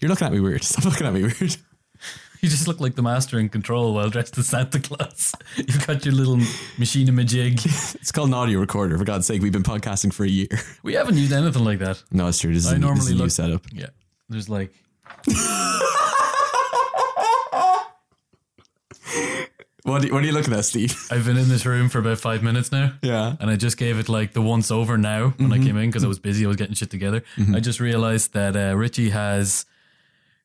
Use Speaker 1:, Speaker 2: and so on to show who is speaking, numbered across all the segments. Speaker 1: You're looking at me weird. Stop looking at me weird.
Speaker 2: You just look like the master in control while dressed as Santa Claus. You've got your little machine a jig.
Speaker 1: It's called an audio recorder. For God's sake, we've been podcasting for a year.
Speaker 2: We haven't used anything like that.
Speaker 1: No, it's true. This is,
Speaker 2: I
Speaker 1: a, this is
Speaker 2: normally
Speaker 1: a new
Speaker 2: look-
Speaker 1: setup.
Speaker 2: Yeah. There's like
Speaker 1: What, are- what are you looking at, Steve?
Speaker 2: I've been in this room for about five minutes now.
Speaker 1: Yeah.
Speaker 2: And I just gave it like the once over now when I came in because I was busy. I was getting shit together. I just realized that uh, Richie has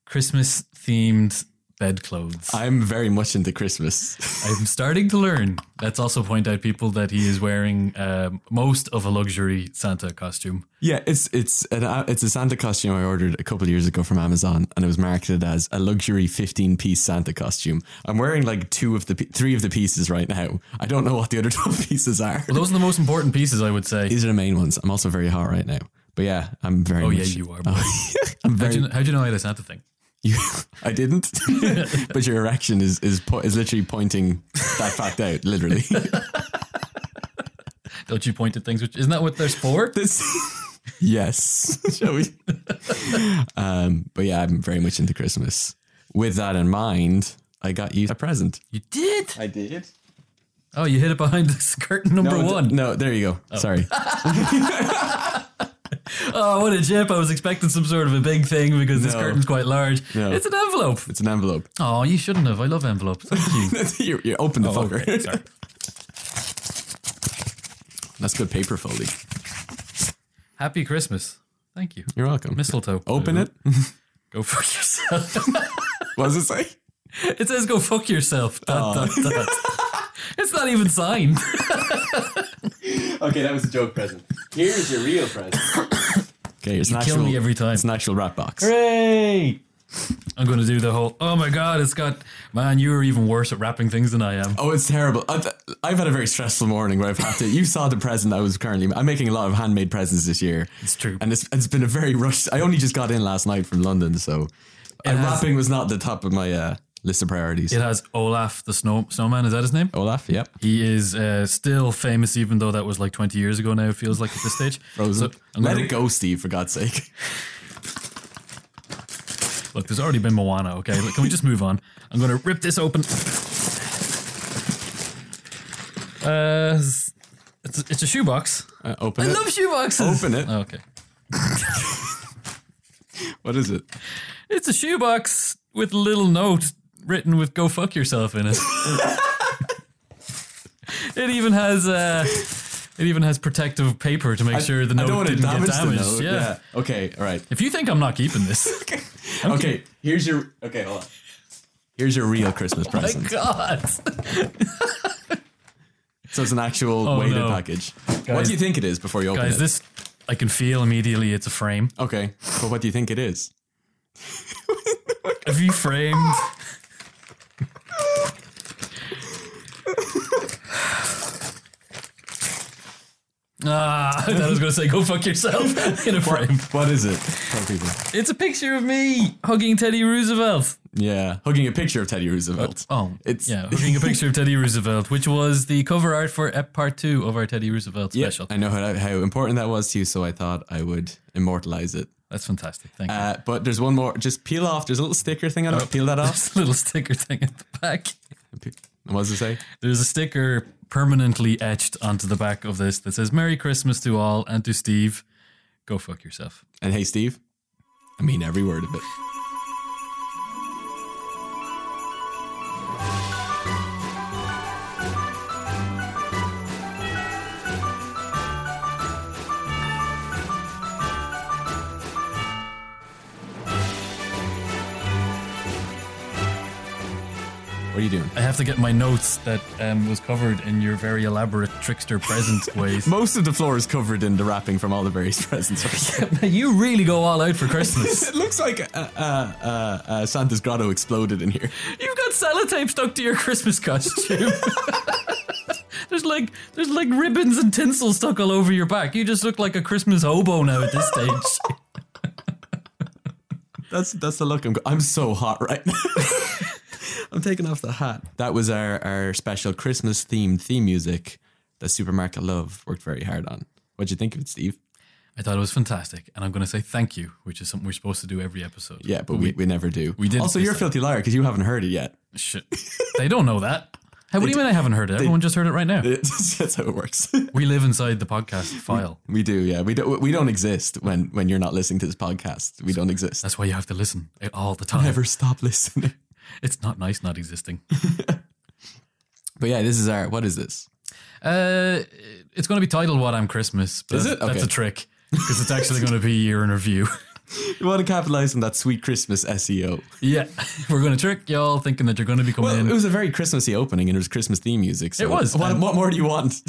Speaker 2: Christmas themed bedclothes.
Speaker 1: I'm very much into Christmas.
Speaker 2: I'm starting to learn. Let's also point out people that he is wearing um, most of a luxury Santa costume.
Speaker 1: yeah, it's it's an, uh, it's a Santa costume I ordered a couple of years ago from Amazon, and it was marketed as a luxury 15 piece Santa costume. I'm wearing like two of the pi- three of the pieces right now. I don't know what the other 12 pieces are.
Speaker 2: Well, those are the most important pieces, I would say.
Speaker 1: These are the main ones. I'm also very hot right now. But yeah, I'm very.
Speaker 2: Oh
Speaker 1: much,
Speaker 2: yeah, you are.
Speaker 1: I'm
Speaker 2: How
Speaker 1: very.
Speaker 2: do you, how do you know I had a Santa thing?
Speaker 1: You, I didn't, but your erection is is po- is literally pointing that fact out. Literally,
Speaker 2: Don't you point at things? Which isn't that what they're for?
Speaker 1: this. Yes, shall we? Um, but yeah, I'm very much into Christmas. With that in mind, I got you a present.
Speaker 2: You did.
Speaker 1: I did.
Speaker 2: Oh, you hid it behind this curtain number one.
Speaker 1: No, there you go. Sorry.
Speaker 2: Oh, what a jip! I was expecting some sort of a big thing because this
Speaker 1: No.
Speaker 2: curtain's quite large.
Speaker 1: No.
Speaker 2: It's an envelope.
Speaker 1: It's an envelope.
Speaker 2: Oh, you shouldn't have. I love envelopes. Thank you.
Speaker 1: you, you open the
Speaker 2: Oh,
Speaker 1: fucker.
Speaker 2: okay, sorry.
Speaker 1: That's good paper folding.
Speaker 2: Happy Christmas. Thank you.
Speaker 1: You're welcome.
Speaker 2: Mistletoe.
Speaker 1: Open it.
Speaker 2: Go fuck yourself.
Speaker 1: What does it say?
Speaker 2: It says go fuck yourself. Dot, dot, dot. It's not even signed.
Speaker 1: Okay, that was a joke present. Here's your real present. okay, it's an
Speaker 2: You
Speaker 1: actual,
Speaker 2: kill me every time.
Speaker 1: It's an actual rat box.
Speaker 2: Hooray! I'm going to do the whole, oh my God, it's got, man, you are even worse at wrapping things than I am.
Speaker 1: Oh, it's terrible. I've, I've had a very stressful morning where I've had to. You saw the present I was currently. I'm making a lot of handmade presents this year.
Speaker 2: It's true.
Speaker 1: And it's, it's been a very rushed. I only just got in last night from London, so uh,
Speaker 2: has-
Speaker 1: wrapping was not the top of my uh, list of priorities.
Speaker 2: It has Olaf the snow, Snowman, is that his name?
Speaker 1: Olaf, yep.
Speaker 2: He is uh, still famous, even though that was like 20 years ago now, it feels like at this stage.
Speaker 1: Frozen.
Speaker 2: So I'm
Speaker 1: Let
Speaker 2: gonna-
Speaker 1: it go, Steve, for God's sake.
Speaker 2: Look, there's already been Moana, okay? Look, can we just move on? I'm going to rip this open. Uh, it's, it's a shoebox.
Speaker 1: Uh, open
Speaker 2: I
Speaker 1: it.
Speaker 2: love shoeboxes. Oh,
Speaker 1: open it.
Speaker 2: Okay.
Speaker 1: What is it?
Speaker 2: It's a shoebox with a little note written with "Go fuck yourself" in it. it even has uh, it even has protective paper to make sure the
Speaker 1: I don't
Speaker 2: note
Speaker 1: want to
Speaker 2: didn't
Speaker 1: damage
Speaker 2: get
Speaker 1: the
Speaker 2: damaged.
Speaker 1: note.
Speaker 2: yeah.
Speaker 1: yeah. Okay, all right.
Speaker 2: If you think I'm not keeping this,
Speaker 1: Okay, here's your. Okay, hold on. Here's your real Christmas
Speaker 2: Oh my
Speaker 1: present.
Speaker 2: God,
Speaker 1: So it's an actual weighted
Speaker 2: Oh, no.
Speaker 1: package. what do you think it is before you open
Speaker 2: guys,
Speaker 1: it?
Speaker 2: this I can feel immediately. It's a frame.
Speaker 1: okay, but what do you think it is?
Speaker 2: Have you framed? Ah, I thought I was going to say, go fuck yourself in a frame.
Speaker 1: What is it? Tell people.
Speaker 2: It's a picture of me hugging Teddy Roosevelt.
Speaker 1: Yeah, hugging a picture of Teddy Roosevelt.
Speaker 2: Oh,
Speaker 1: It's-
Speaker 2: yeah, hugging a picture of Teddy Roosevelt, which was the cover art for Ep Part Two of our Teddy Roosevelt
Speaker 1: Yeah,
Speaker 2: special.
Speaker 1: I know how, how important that was to you, so I thought I would immortalize it.
Speaker 2: That's fantastic. Thank you.
Speaker 1: Uh, but there's one more. Just peel off. There's a little sticker thing on
Speaker 2: Oh.
Speaker 1: it. Peel that off.
Speaker 2: There's a little sticker thing at the back.
Speaker 1: What does it say?
Speaker 2: There's a sticker permanently etched onto the back of this that says "Merry Christmas to all and to Steve." Go fuck yourself.
Speaker 1: And hey, Steve, I mean every word of it. What are you doing?
Speaker 2: I have to get my notes that um, was covered in your very elaborate trickster present ways.
Speaker 1: Most of the floor is covered in the wrapping from all the various presents. right now.
Speaker 2: you really go all out for Christmas.
Speaker 1: it looks like uh, uh, uh, uh, Santa's grotto exploded in here.
Speaker 2: You've got sellotape stuck to your Christmas costume. there's like there's like ribbons and tinsel stuck all over your back. You just look like a Christmas hobo now at this stage.
Speaker 1: That's that's the look I'm. Go- I'm so hot right now. I'm taking off the hat. That was our our special Christmas themed theme music that Supermarket Love worked very hard on. What'd you think of it, Steve?
Speaker 2: I thought it was fantastic, and I'm going to say thank you, which is something we're supposed to do every episode.
Speaker 1: Yeah, but we, we never do.
Speaker 2: we did
Speaker 1: Also,
Speaker 2: this
Speaker 1: you're a
Speaker 2: time.
Speaker 1: filthy liar because you haven't heard it yet.
Speaker 2: Shit. They don't know that. How, what do you mean I haven't heard it? Everyone just heard it right now.
Speaker 1: That's how it works.
Speaker 2: We live inside the podcast file.
Speaker 1: we do, yeah. We don't. We don't exist when when you're not listening to this podcast. We don't exist.
Speaker 2: That's why you have to listen eh, all the time.
Speaker 1: Never stop listening.
Speaker 2: It's not nice not existing.
Speaker 1: But yeah, this is our. What is this?
Speaker 2: Uh, it's going to be titled "What I'm Christmas." But
Speaker 1: Is
Speaker 2: that's-
Speaker 1: it? Okay.
Speaker 2: That's a trick because it's actually going to be a year in review.
Speaker 1: You want to capitalize on that sweet Christmas E SEO.
Speaker 2: yeah, we're going to trick y'all thinking that you're going to be coming
Speaker 1: Well, it
Speaker 2: in.
Speaker 1: was a very Christmassy opening, and it was Christmas theme music. So
Speaker 2: It was,
Speaker 1: What,
Speaker 2: and-
Speaker 1: what more do you want?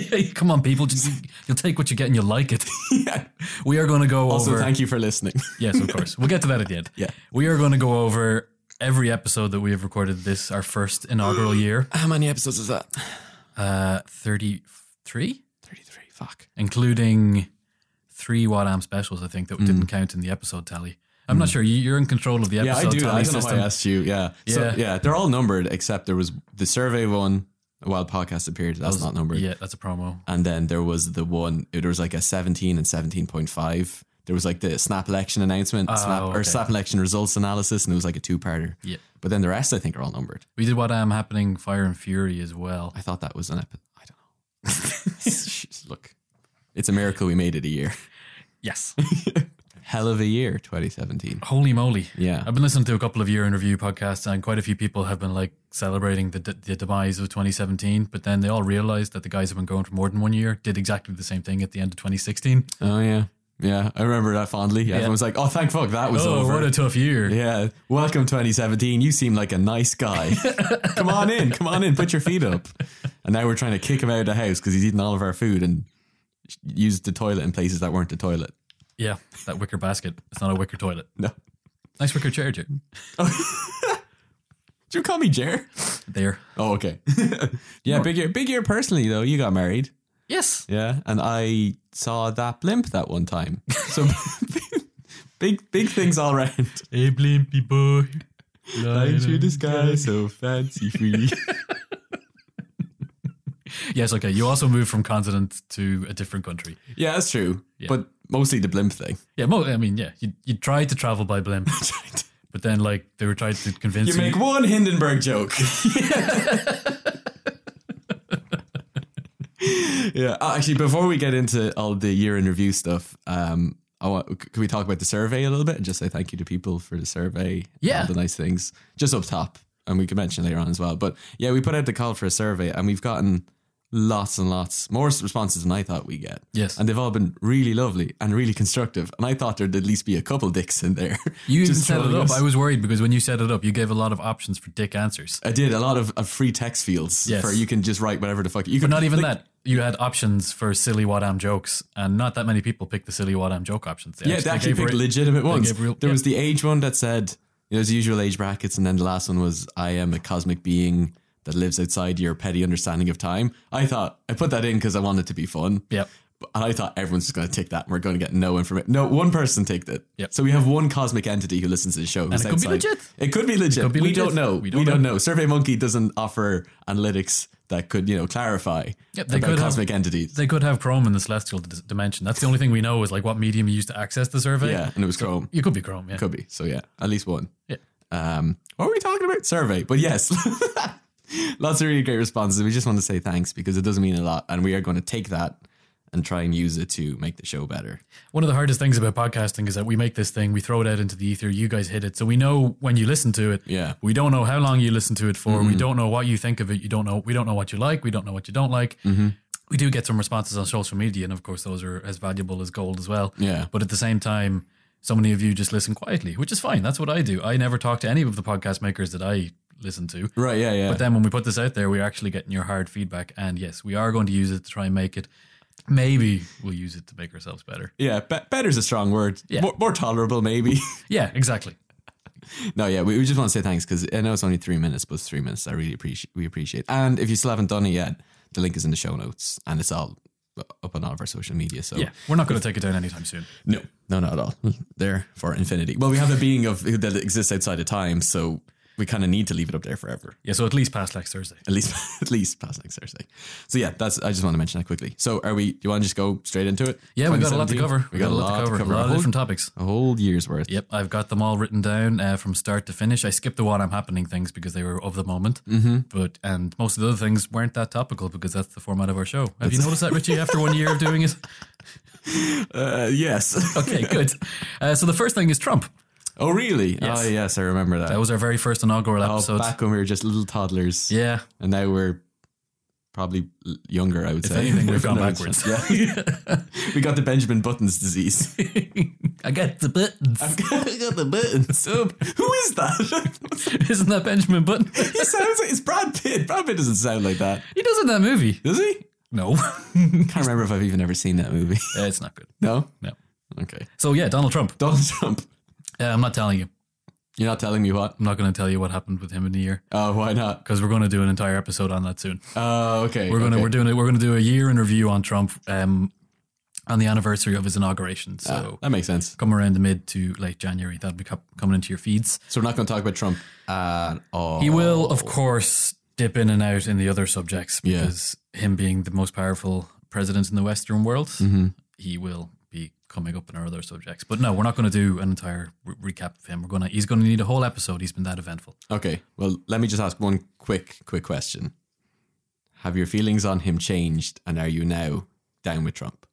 Speaker 2: Come on, people, just you'll take what you get and you'll like it.
Speaker 1: yeah.
Speaker 2: We are going to go
Speaker 1: Also,
Speaker 2: over.
Speaker 1: thank you for listening.
Speaker 2: yes, of course. We'll get to that at the end.
Speaker 1: Yeah.
Speaker 2: we are going to go over every episode that we have recorded this our first inaugural year.
Speaker 1: How many episodes is that?
Speaker 2: Uh, thirty-three.
Speaker 1: Thirty-three. Fuck.
Speaker 2: including three Watt Amp specials, I think, that didn't count in the episode tally. I'm not sure. You- You're in control of the
Speaker 1: Mm. Yeah,
Speaker 2: episode
Speaker 1: I do.
Speaker 2: tally
Speaker 1: I don't know why I
Speaker 2: system.
Speaker 1: asked you. Yeah. So,
Speaker 2: Yeah.
Speaker 1: yeah. They're all numbered except there was the survey one while podcast appeared. That's not numbered.
Speaker 2: yeah, that's a promo.
Speaker 1: And then there was the one. There was like a seventeen and seventeen point five. There was like the snap election announcement, snap, or
Speaker 2: okay.
Speaker 1: snap election results analysis, and it was like a two-parter.
Speaker 2: Yeah.
Speaker 1: But then the rest, I think, are all numbered.
Speaker 2: We did What Am Happening, Fire and Fury as well.
Speaker 1: I thought that was an episode. I don't know. Jeez, Look, it's a miracle we made it a year.
Speaker 2: Yes.
Speaker 1: Hell of a year, 2017.
Speaker 2: Holy moly.
Speaker 1: Yeah.
Speaker 2: I've been listening to a couple of year in review podcasts, and quite a few people have been like celebrating the, the demise of 2017, but then they all realized that the guys have been going for more than one year, did exactly the same thing at the end of 2016.
Speaker 1: Oh, yeah. Yeah, I remember that fondly. Yeah,
Speaker 2: Yeah.
Speaker 1: Everyone was like, oh, thank fuck, that was
Speaker 2: oh,
Speaker 1: over.
Speaker 2: what a tough year.
Speaker 1: Yeah. Welcome 2017. You seem like a nice guy. come on in. Come on in. Put your feet up. And now we're trying to kick him out of the house because he's eating all of our food and used the toilet in places that weren't the toilet.
Speaker 2: yeah, that wicker basket. It's not a wicker toilet.
Speaker 1: No.
Speaker 2: Nice wicker chair, Jer.
Speaker 1: Did you call me Jer?
Speaker 2: There.
Speaker 1: Oh, okay. yeah, big year. Big year personally, though. You got married.
Speaker 2: Yes.
Speaker 1: Yeah. And I saw that blimp that one time. So big, big things all round.
Speaker 2: Hey, blimpy boy. Fly
Speaker 1: Flying through the sky, so fancy free.
Speaker 2: Yes, okay. You also moved from continent to a different country.
Speaker 1: yeah, that's true.
Speaker 2: Yeah.
Speaker 1: But mostly the blimp thing.
Speaker 2: Yeah, mo- I mean, yeah, you, you tried to travel by blimp, but then like they were trying to convince
Speaker 1: You
Speaker 2: you.
Speaker 1: make one Hindenburg joke. yeah. Uh, Actually, before we get into all the year in review stuff, um, I want, can we talk about the survey a little bit and just say thank you to people for the survey? and
Speaker 2: Yeah.
Speaker 1: all the nice things just up top, and we can mention later on as well. But yeah, we put out the call for a survey, and we've gotten lots and lots more responses than I thought we get.
Speaker 2: Yes.
Speaker 1: and they've all been really lovely and really constructive. And I thought there'd at least be a couple dicks in there.
Speaker 2: you even
Speaker 1: Just
Speaker 2: set it
Speaker 1: trolling
Speaker 2: up.
Speaker 1: us.
Speaker 2: I was worried because when you set it up, you gave a lot of options for dick answers.
Speaker 1: I did a lot of, of free text fields
Speaker 2: Yes.
Speaker 1: for you can just write whatever the fuck you
Speaker 2: But
Speaker 1: can.
Speaker 2: not even that. You had options for silly Wadam jokes, and not that many people picked the silly Wadam joke options.
Speaker 1: yeah, they actually
Speaker 2: gave
Speaker 1: picked
Speaker 2: re-
Speaker 1: legitimate ones.
Speaker 2: gave real-
Speaker 1: there
Speaker 2: yeah.
Speaker 1: was the age one that said you know, there's the usual age brackets, and then the last one was I am a cosmic being that lives outside your petty understanding of time. I thought I put that in because I wanted to be fun.
Speaker 2: Yep.
Speaker 1: But- And I thought everyone's just going to take that. and We're going to get no information. No, one person ticked it.
Speaker 2: Yep.
Speaker 1: So we have one cosmic entity who listens to the show. who's
Speaker 2: it could be
Speaker 1: outside.
Speaker 2: legit.
Speaker 1: It could be legit.
Speaker 2: could be
Speaker 1: we
Speaker 2: legit.
Speaker 1: don't know.
Speaker 2: We don't
Speaker 1: know. Survey Monkey doesn't offer analytics that could you know clarify
Speaker 2: Yep, they
Speaker 1: about
Speaker 2: could have-
Speaker 1: cosmic entities.
Speaker 2: They could have Chrome in the celestial d- dimension. That's the only thing we know is like what medium you used to access the survey.
Speaker 1: Yeah, and it was Chrome.
Speaker 2: You could be Chrome, yeah.
Speaker 1: Could be. So yeah, at least one.
Speaker 2: Yeah.
Speaker 1: Um, what were we talking about? Survey. But yes, lots of really great responses. We just want to say thanks because it doesn't mean a lot, and we are going to take that and try and use it to make the show better.
Speaker 2: One of the hardest things about podcasting is that we make this thing, we throw it out into the ether, you guys hit it. So we know when you listen to it.
Speaker 1: Yeah. Mm-hmm.
Speaker 2: We don't know how long you listen to it for. We don't know what you think of it. You don't know we don't know what you like, we don't know what you don't like.
Speaker 1: Mm-hmm.
Speaker 2: We do get some responses on social media, and of course those are as valuable as gold as well.
Speaker 1: Yeah.
Speaker 2: But at the same time, so many of you just listen quietly, which is fine. That's what I do. I never talk to any of the podcast makers that I listen to.
Speaker 1: Right. Yeah. Yeah.
Speaker 2: But then when we put this out there, we're actually getting your hard feedback. And yes, we are going to use it to try and make it. Maybe we'll use it to make ourselves better.
Speaker 1: yeah. Be- better's a strong word.
Speaker 2: Yeah.
Speaker 1: More, more tolerable, maybe.
Speaker 2: Yeah, exactly.
Speaker 1: no. Yeah. We, we just want to say thanks because I know it's only three minutes, but it's three minutes. I really appreciate. We appreciate. And if you still haven't done it yet, the link is in the show notes, and it's all up on all of our social media. So
Speaker 2: Yeah, we're not going to take it down anytime soon.
Speaker 1: No, no, not at all. There for infinity. Well, we have a being of that exists outside of time, so we kind of need to leave it up there forever.
Speaker 2: Yeah, so at least past next Thursday.
Speaker 1: At least, at least past next Thursday. So yeah, that's. I just want to mention that quickly. So are we? Do you want to just go straight into it?
Speaker 2: Yeah, we've got a lot to
Speaker 1: 2017?
Speaker 2: cover.
Speaker 1: We got, a lot, to cover.
Speaker 2: A lot of
Speaker 1: whole,
Speaker 2: different topics.
Speaker 1: a whole year's worth.
Speaker 2: Yep, I've got them all written down uh, from start to finish. I skipped the one I'm happening things because they were of the moment, mm-hmm. but and most of the other things weren't that topical because that's the format of our show. Have you noticed that, Richie? After one year of doing it,
Speaker 1: Uh, yes.
Speaker 2: okay, good. Uh, so the first thing is Trump.
Speaker 1: oh really?
Speaker 2: Yes.
Speaker 1: Oh yes, I remember that.
Speaker 2: That was our very first inaugural
Speaker 1: oh,
Speaker 2: episode.
Speaker 1: back when we were just little toddlers.
Speaker 2: yeah,
Speaker 1: And now we're probably l- younger. I would
Speaker 2: if
Speaker 1: say.
Speaker 2: anything, we've
Speaker 1: If
Speaker 2: gone
Speaker 1: no,
Speaker 2: backwards.
Speaker 1: Yeah. we got the Benjamin Buttons disease.
Speaker 2: I get the buttons.
Speaker 1: I've got, I got the buttons. Oh, who is that?
Speaker 2: Isn't that Benjamin Button?
Speaker 1: he sounds like it's Brad Pitt. Brad Pitt doesn't sound like that,
Speaker 2: he does in that movie.
Speaker 1: does he?
Speaker 2: No,
Speaker 1: Can't remember if I've even ever seen that movie.
Speaker 2: it's not good.
Speaker 1: No.
Speaker 2: No.
Speaker 1: Okay.
Speaker 2: So yeah, Donald Trump.
Speaker 1: Donald Trump.
Speaker 2: Uh, I'm not telling you.
Speaker 1: You're not telling me what?
Speaker 2: I'm not going to tell you what happened with him in the year
Speaker 1: Oh, why not?
Speaker 2: because we're going to do an entire episode on that soon.
Speaker 1: Oh, okay.
Speaker 2: We're gonna
Speaker 1: okay.
Speaker 2: we're doing it. We're gonna do a year in review on Trump um, on the anniversary of his inauguration. So
Speaker 1: Ah, that makes sense.
Speaker 2: come around the mid to late January, that'll be co- coming into your feeds.
Speaker 1: So we're not going to talk about Trump at all.
Speaker 2: He will, of course, dip in and out in the other subjects
Speaker 1: Yeah.
Speaker 2: because him being the most powerful president in the Western world,
Speaker 1: Mhm.
Speaker 2: he will be coming up in our other subjects. But no, we're not going to do an entire re- recap of him. We're gonna he's going to need a whole episode. He's been that eventful.
Speaker 1: Okay. Well, let me just ask one quick, quick question. Have your feelings on him changed, and are you now down with Trump?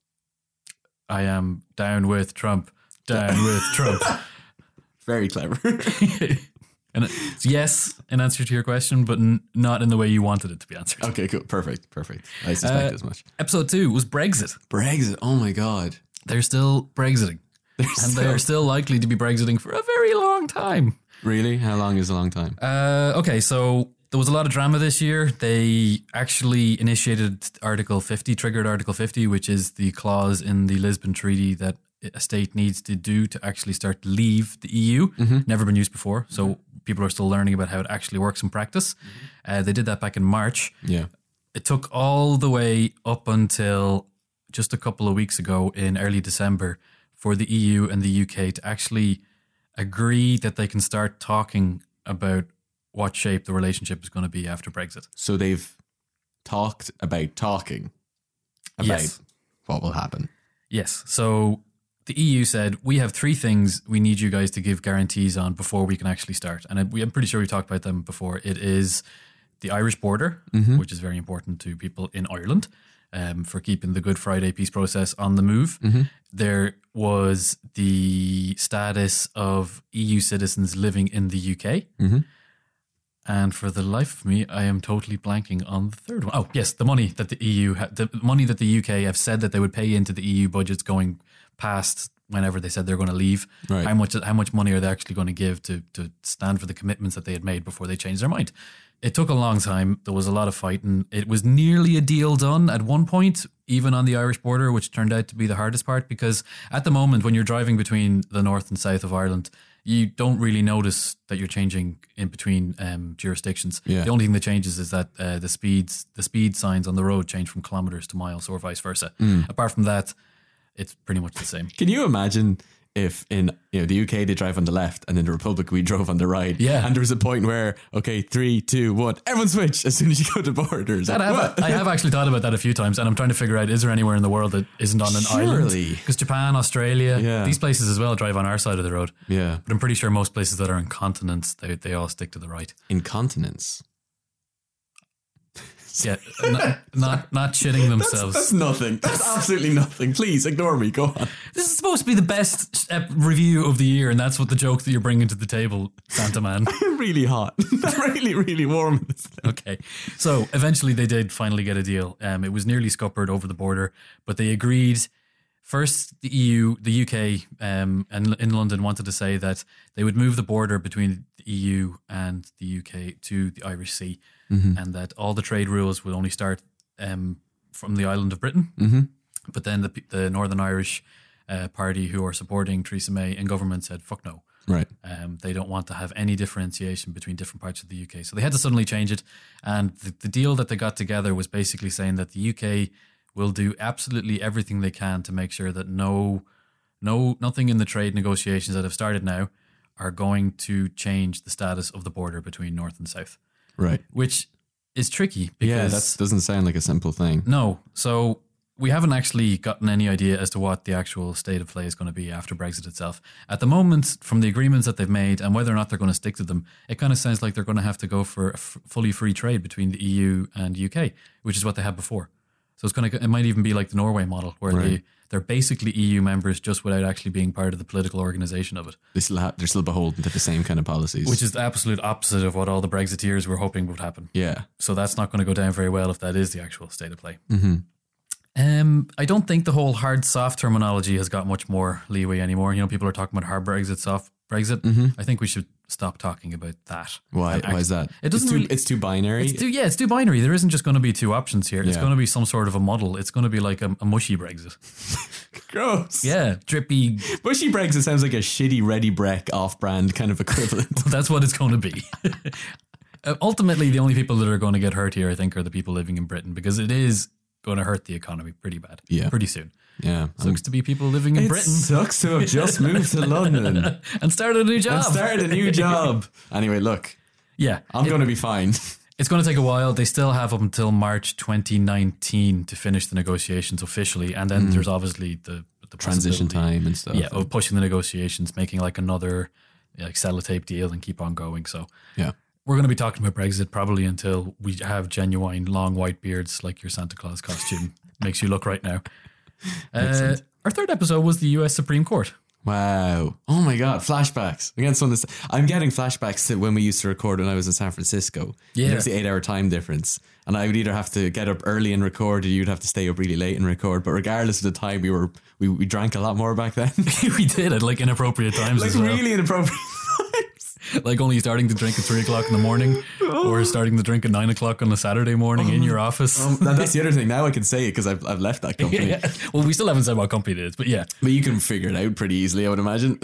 Speaker 2: I am down with Trump. Down with Trump.
Speaker 1: Very clever.
Speaker 2: and it's yes, in answer to your question, but n- not in the way you wanted it to be answered.
Speaker 1: okay. Cool. Perfect. Perfect. I suspect
Speaker 2: Uh,
Speaker 1: as much.
Speaker 2: Episode two was Brexit.
Speaker 1: Brexit. Oh my god.
Speaker 2: They're still Brexiting, and they are still likely to be Brexiting for a very long time.
Speaker 1: Really? How long is a long time?
Speaker 2: Uh, okay, so there was a lot of drama this year. They actually initiated Article 50, triggered Article 50, which is the clause in the Lisbon Treaty that a state needs to do to actually start to leave the EU. Never been used before, so people are still learning about how it actually works in practice. Uh, they did that back in March.
Speaker 1: Yeah.
Speaker 2: It took all the way up until just a couple of weeks ago in early December for the EU and the UK to actually agree that they can start talking about what shape the relationship is going to be after Brexit.
Speaker 1: So they've talked about talking about
Speaker 2: Yes.
Speaker 1: what will happen.
Speaker 2: Yes. So the EU said, we have three things we need you guys to give guarantees on before we can actually start. And I- we- I'm pretty sure we talked about them before. It is the Irish border, which is very important to people in Ireland um, for keeping the Good Friday peace process on the move. There was the status of EU citizens living in the UK.
Speaker 1: Mhm.
Speaker 2: And for the life of me, I am totally blanking on the third one. Oh, yes, the money that the EU, ha- the money that the UK have said that they would pay into the EU budgets going past whenever they said they're going to leave.
Speaker 1: Right.
Speaker 2: How much? How much money are they actually going to give to to stand for the commitments that they had made before they changed their mind? It took a long time. There was a lot of fighting. It was nearly a deal done at one point, even on the Irish border, which turned out to be the hardest part because at the moment, when you're driving between the north and south of Ireland, you don't really notice that you're changing in between um, jurisdictions.
Speaker 1: Yeah.
Speaker 2: The only thing that changes is that uh, the speeds, the speed signs on the road change from kilometers to miles, or vice versa.
Speaker 1: Mm.
Speaker 2: Apart from that, it's pretty much the same.
Speaker 1: Can you imagine if in you know the UK they drive on the left and in the Republic we drove on the right?
Speaker 2: Yeah.
Speaker 1: And there was a point where, okay, three, two, one, everyone switch as soon as you go to borders.
Speaker 2: That I,
Speaker 1: Like,
Speaker 2: have,
Speaker 1: what?
Speaker 2: I have actually thought about that a few times, and I'm trying to figure out is there anywhere in the world that isn't on an island?
Speaker 1: Surely.
Speaker 2: Because Japan, Australia,
Speaker 1: Yeah.
Speaker 2: these places as well drive on our side of the road.
Speaker 1: Yeah.
Speaker 2: But I'm pretty sure most places that are in continents, they, they all stick to the right.
Speaker 1: Incontinence.
Speaker 2: Yeah, not, not not shitting themselves.
Speaker 1: That's nothing. That's absolutely nothing. Please ignore me. Go on.
Speaker 2: This is supposed to be the best uh, review of the year, and that's what the joke that you're bringing to the table, Santa Man.
Speaker 1: really hot. really, really warm.
Speaker 2: okay. So eventually they did finally get a deal. Um, it was nearly scuppered over the border, but they agreed. First, the EU, the UK, um, and in London wanted to say that they would move the border between the EU and the UK to the Irish Sea, and that all the trade rules would only start um, from the island of Britain.
Speaker 1: Mhm.
Speaker 2: But then the, the Northern Irish uh, party, who are supporting Theresa May in government, said, "Fuck no."
Speaker 1: Right.
Speaker 2: Um, they don't want to have any differentiation between different parts of the UK. So they had to suddenly change it. And the, the deal that they got together was basically saying that the UK will do absolutely everything they can to make sure that no, no, nothing in the trade negotiations that have started now are going to change the status of the border between North and South,
Speaker 1: Right.
Speaker 2: which is tricky because
Speaker 1: yeah, that doesn't sound like a simple thing.
Speaker 2: no. So we haven't actually gotten any idea as to what the actual state of play is going to be after Brexit itself. At the moment, from the agreements that they've made and whether or not they're going to stick to them, it kind of sounds like they're going to have to go for a f- fully free trade between the EU and UK, which is what they had before. So it's going to it might even be like the Norway model where they they're basically EU members just without actually being part of the political organization of it,
Speaker 1: They still ha- they're still beholden to the same kind of policies.
Speaker 2: which is the absolute opposite of what all the Brexiteers were hoping would happen.
Speaker 1: yeah.
Speaker 2: So that's not going to go down very well if that is the actual state of play.
Speaker 1: Mm-hmm.
Speaker 2: Um, I don't think the whole hard soft terminology has got much more leeway anymore. You know, people are talking about hard Brexit, soft Brexit. I think we should stop talking about that.
Speaker 1: Mm-hmm. Why?
Speaker 2: And act-
Speaker 1: Why is that?
Speaker 2: It doesn't
Speaker 1: It's too,
Speaker 2: really-
Speaker 1: it's too binary.
Speaker 2: It's too, yeah, it's too binary. There isn't just going to be two options here. It's
Speaker 1: Yeah.
Speaker 2: going to be some sort of a model. It's going to be like a, a mushy Brexit.
Speaker 1: gross.
Speaker 2: Yeah, drippy.
Speaker 1: Bushy Brexit sounds like a shitty ready breck off-brand kind of equivalent.
Speaker 2: That's what it's going to be. Uh, Ultimately, the only people that are going to get hurt here, I think, are the people living in Britain because it is going to hurt the economy pretty bad.
Speaker 1: Yeah.
Speaker 2: pretty soon.
Speaker 1: yeah. I'm-
Speaker 2: Sucks to be people living in
Speaker 1: it
Speaker 2: Britain
Speaker 1: sucks to have just moved to London
Speaker 2: and started a new job.
Speaker 1: and started Um, a new job. Anyway, look,
Speaker 2: yeah,
Speaker 1: I'm going to be fine.
Speaker 2: It's going to take a while. They still have up until March 2019 to finish the negotiations officially, and then there's obviously the the
Speaker 1: Mm. Transition
Speaker 2: possibility,
Speaker 1: time and stuff.
Speaker 2: Yeah, of pushing the negotiations, making like another like sellotape deal, and keep on going. So
Speaker 1: Yeah.
Speaker 2: we're going to be talking about Brexit probably until we have genuine long white beards like your Santa Claus costume makes you look right now. Uh, our third episode was the U.S. Supreme Court.
Speaker 1: Wow. Oh my God. Flashbacks. Again, some of this. I'm getting flashbacks to when we used to record when I was in San Francisco.
Speaker 2: Yeah.
Speaker 1: There was the eight hour time difference. And I would either have to get up early and record or you'd have to stay up really late and record. But regardless of the time, we were, we, we drank a lot more back then.
Speaker 2: we did at like inappropriate times
Speaker 1: like
Speaker 2: as well.
Speaker 1: really inappropriate.
Speaker 2: like only starting to drink at three o'clock in the morning or starting to drink at nine o'clock on a Saturday morning in your office.
Speaker 1: now, that's the other thing. Now I can say it because I've, I've left that company.
Speaker 2: yeah. Well, we still haven't said what company it is, but yeah.
Speaker 1: But you can figure it out pretty easily, I would imagine.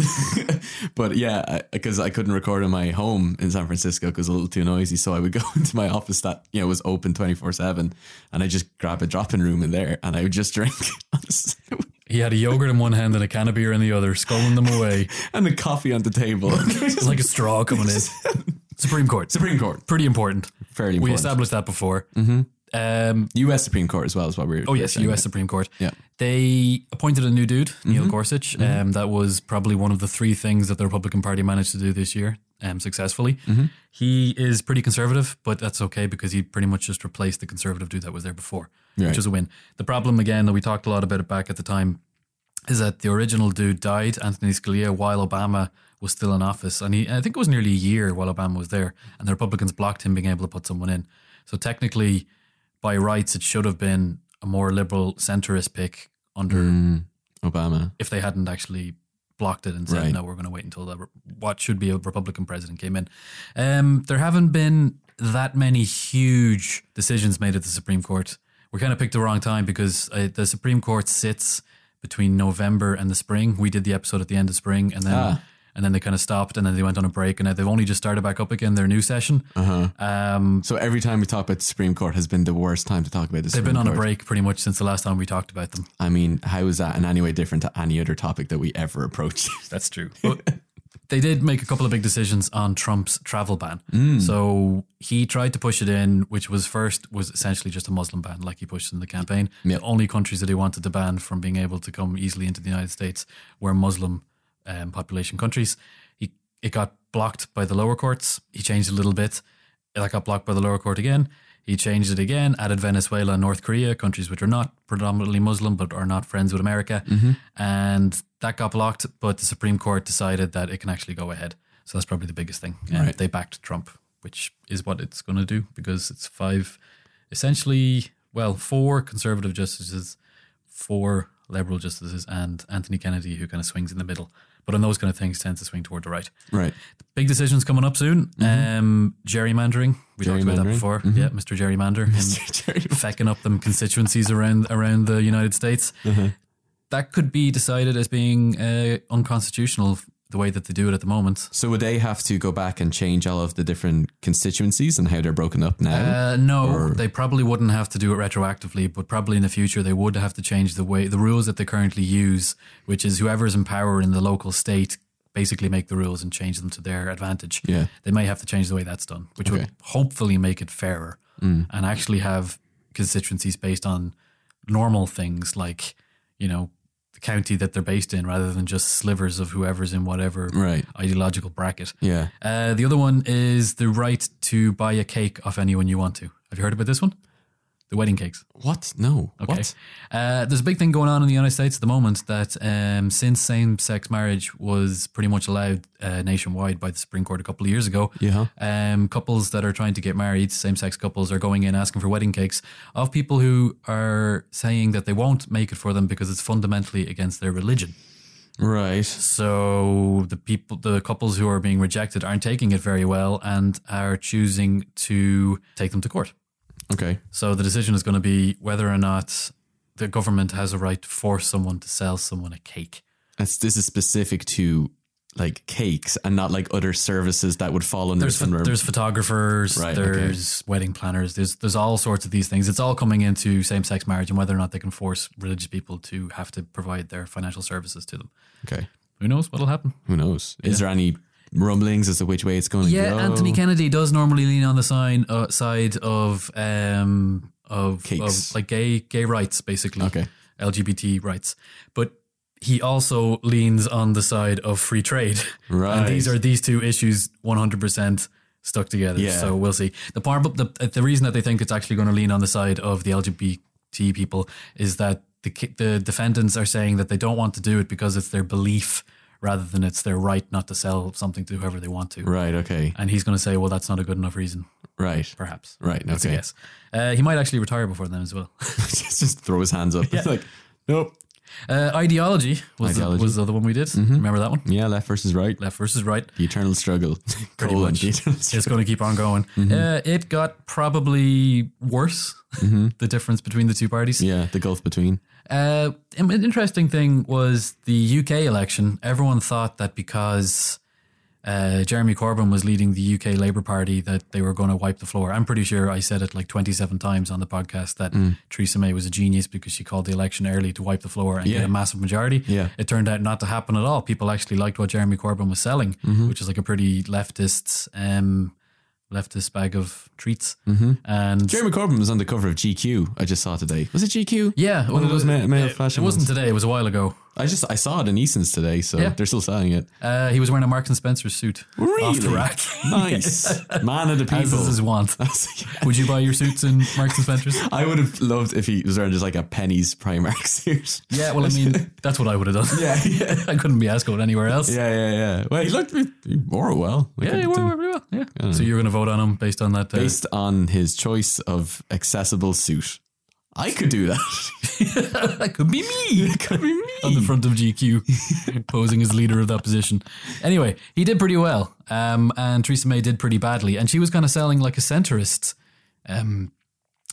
Speaker 1: but yeah, because I, couldn't record in my home in San Francisco because it was a little too noisy. So I would go into my office that you know was open twenty four seven, and I just grab a drop in room in there, and I would just drink,
Speaker 2: He had a yogurt in one hand and a can of beer in the other, sculling them away.
Speaker 1: and a coffee on the table.
Speaker 2: It's like a straw coming in. Supreme Court.
Speaker 1: Supreme Court,
Speaker 2: Pretty important.
Speaker 1: fairly
Speaker 2: We
Speaker 1: important.
Speaker 2: established that before. Mm-hmm. Um,
Speaker 1: U.S. Supreme Court as well is what we we're.
Speaker 2: oh, yes, US Supreme Court.
Speaker 1: Yeah. Mm-hmm.
Speaker 2: They appointed a new dude, Neil Gorsuch. Um, that was probably one of the three things that the Republican Party managed to do this year um, successfully.
Speaker 1: Mm-hmm.
Speaker 2: He is pretty conservative, but that's okay because he pretty much just replaced the conservative dude that was there before,
Speaker 1: Right.
Speaker 2: which is a win. The problem, again, that we talked a lot about it back at the time, is that the original dude died, Anthony Scalia, while Obama was still in office. And he, I think it was nearly a year while Obama was there, and the Republicans blocked him being able to put someone in. So technically, by rights, it should have been a more liberal centrist pick under
Speaker 1: Mm, Obama.
Speaker 2: if they hadn't actually blocked it and said,
Speaker 1: Right.
Speaker 2: no, we're going to wait until the, what should be a Republican president came in. Um, there haven't been that many huge decisions made at the Supreme Court. We kind of picked the wrong time because uh, the Supreme Court sits between November and the spring. We did the episode at the end of spring and then.
Speaker 1: Ah.
Speaker 2: And then they kind of stopped, and then they went on a break, and now they've only just started back up again their new session. Uh-huh. Um,
Speaker 1: So every time we talk about the Supreme Court has been the worst time to talk about this.
Speaker 2: they've been on a break pretty much since the last time we talked about them.
Speaker 1: I mean, how is that in any way different to any other topic that we ever approach?
Speaker 2: That's true. But they did make a couple of big decisions on Trump's travel ban. So he tried to push it in, which was first was essentially just a Muslim ban, like he pushed in the campaign. The only countries that he wanted to ban from being able to come easily into the United States were Muslim um, population countries. He it got blocked by the lower courts. He changed a little bit. That got blocked by the lower court again. He changed it again, added Venezuela and North Korea, countries which are not predominantly Muslim but are not friends with America. And that got blocked, but the Supreme Court decided that it can actually go ahead. So that's probably the biggest thing. And They backed Trump, which is what it's going to do because it's five, essentially, well, four conservative justices, four liberal justices, and Anthony Kennedy, who kind of swings in the middle. But on those kind of things, tends to swing toward the right
Speaker 1: right.
Speaker 2: big decisions coming up soon. Um, gerrymandering. We talked about that
Speaker 1: Gerrymandering.
Speaker 2: before. Yeah, Mr. Gerrymander. Him fecking up them constituencies around around the United States. That could be decided as being uh, unconstitutional the way that they do it at the moment.
Speaker 1: So would they have to go back and change all of the different constituencies and how they're broken up now?
Speaker 2: Uh, no, they probably wouldn't have to do it retroactively, but probably in the future they would have to change the way the rules that they currently use, which is whoever is in power in the local state basically make the rules and change them to their advantage.
Speaker 1: Yeah.
Speaker 2: They may have to change the way that's done, which would
Speaker 1: Okay. Hmm.
Speaker 2: hopefully make it fairer and actually have constituencies based on normal things like, you know, the county that they're based in rather than just slivers of whoever's in whatever
Speaker 1: Right.
Speaker 2: ideological bracket.
Speaker 1: Yeah.
Speaker 2: Uh, the other one is the right to buy a cake off anyone you want to. Have you heard about this one? The wedding cakes.
Speaker 1: What? No.
Speaker 2: Okay.
Speaker 1: What?
Speaker 2: Uh, there's a big thing going on in the United States at the moment that um, since same sex marriage was pretty much allowed uh, nationwide by the Supreme Court a couple of years ago,
Speaker 1: Yeah.
Speaker 2: um, couples that are trying to get married, same sex couples, are going in asking for wedding cakes of people who are saying that they won't make it for them because it's fundamentally against their religion.
Speaker 1: Right.
Speaker 2: So the people, the couples who are being rejected aren't taking it very well and are choosing to take them to court.
Speaker 1: Okay.
Speaker 2: So the decision is going to be whether or not the government has a right to force someone to sell someone a cake.
Speaker 1: That's, this is specific to like cakes and not like other services that would fall under
Speaker 2: There's pho-
Speaker 1: similar.
Speaker 2: there's photographers,
Speaker 1: Right, okay.
Speaker 2: there's wedding planners, there's there's all sorts of these things. It's all coming into same sex marriage and whether or not they can force religious people to have to provide their financial services to them.
Speaker 1: okay.
Speaker 2: Who knows what'll happen?
Speaker 1: Who knows? Is there any rumblings as to which way it's going to
Speaker 2: Yeah,
Speaker 1: go?
Speaker 2: Anthony Kennedy does normally lean on the sign uh, side of um of,
Speaker 1: Cakes.
Speaker 2: of like gay gay rights basically.
Speaker 1: Okay.
Speaker 2: LGBT rights. But he also leans on the side of free trade.
Speaker 1: Right.
Speaker 2: And these are these two issues 100% stuck together.
Speaker 1: Yeah.
Speaker 2: So we'll see. The part but the, the reason that they think it's actually going to lean on the side of the LGBT people is that the ki- the defendants are saying that they don't want to do it because it's their belief rather than it's their right not to sell something to whoever they want to.
Speaker 1: Right. Okay.
Speaker 2: And he's going to say, well, that's not a good enough reason,
Speaker 1: Right.
Speaker 2: perhaps.
Speaker 1: Right.
Speaker 2: That's a
Speaker 1: Okay.
Speaker 2: guess. Uh, he might actually retire before then as well.
Speaker 1: just, just throw his hands up. It's like, nope.
Speaker 2: Uh, ideology was
Speaker 1: Ideology. Mm-hmm.
Speaker 2: The, was the other one we did. Remember that one?
Speaker 1: Yeah. Left versus right.
Speaker 2: Left versus right.
Speaker 1: The eternal struggle.
Speaker 2: Pretty
Speaker 1: Colon,
Speaker 2: much.
Speaker 1: the eternal struggle.
Speaker 2: It's going to keep on going.
Speaker 1: Mm-hmm.
Speaker 2: Uh, it got probably worse.
Speaker 1: Mm-hmm.
Speaker 2: the difference between the two parties.
Speaker 1: Yeah. The gulf between.
Speaker 2: Uh, an interesting thing was the UK election. Everyone thought that because uh, Jeremy Corbyn was leading the UK Labour Party, that they were going to wipe the floor. I'm pretty sure I said it like 27 times on the podcast that
Speaker 1: Mm.
Speaker 2: Theresa May was a genius because she called the election early to wipe the floor and
Speaker 1: Yeah.
Speaker 2: get a massive majority.
Speaker 1: Yeah.
Speaker 2: It turned out not to happen at all. People actually liked what Jeremy Corbyn was selling,
Speaker 1: Mm-hmm.
Speaker 2: which is like a pretty leftist, um, leftist bag of treats.
Speaker 1: Mm-hmm.
Speaker 2: And
Speaker 1: Jeremy Corbyn was on the cover of GQ. I just saw today. Was it GQ?
Speaker 2: yeah,
Speaker 1: One of
Speaker 2: well,
Speaker 1: those ma- male
Speaker 2: it, it
Speaker 1: fashion
Speaker 2: wasn't
Speaker 1: ones.
Speaker 2: today. It was a while ago.
Speaker 1: I just I saw it in Easton's today, so
Speaker 2: Yeah.
Speaker 1: they're still selling it.
Speaker 2: Uh, he was wearing a Marks and Spencer suit. Off the rack.
Speaker 1: nice man of the
Speaker 2: As is
Speaker 1: people.
Speaker 2: his want. Would you buy your suits in Marks and Spencer's?
Speaker 1: I would have loved if he was wearing just like a Penny's Primark suit.
Speaker 2: Yeah, well, I mean, that's what I would have done.
Speaker 1: Yeah, yeah,
Speaker 2: I couldn't be asked going anywhere else.
Speaker 1: yeah, yeah, yeah. Well, he looked he wore it well. Like,
Speaker 2: yeah,
Speaker 1: it
Speaker 2: you were,
Speaker 1: didn't-
Speaker 2: were, were, yeah. So you're going to vote on him based on that? Uh,
Speaker 1: Based on his choice of accessible suit, I could do that.
Speaker 2: that could be me.
Speaker 1: could be me.
Speaker 2: on the front of GQ, posing as leader of the opposition. Anyway, he did pretty well, um, and Theresa May did pretty badly, and she was kind of selling like a centrist, um,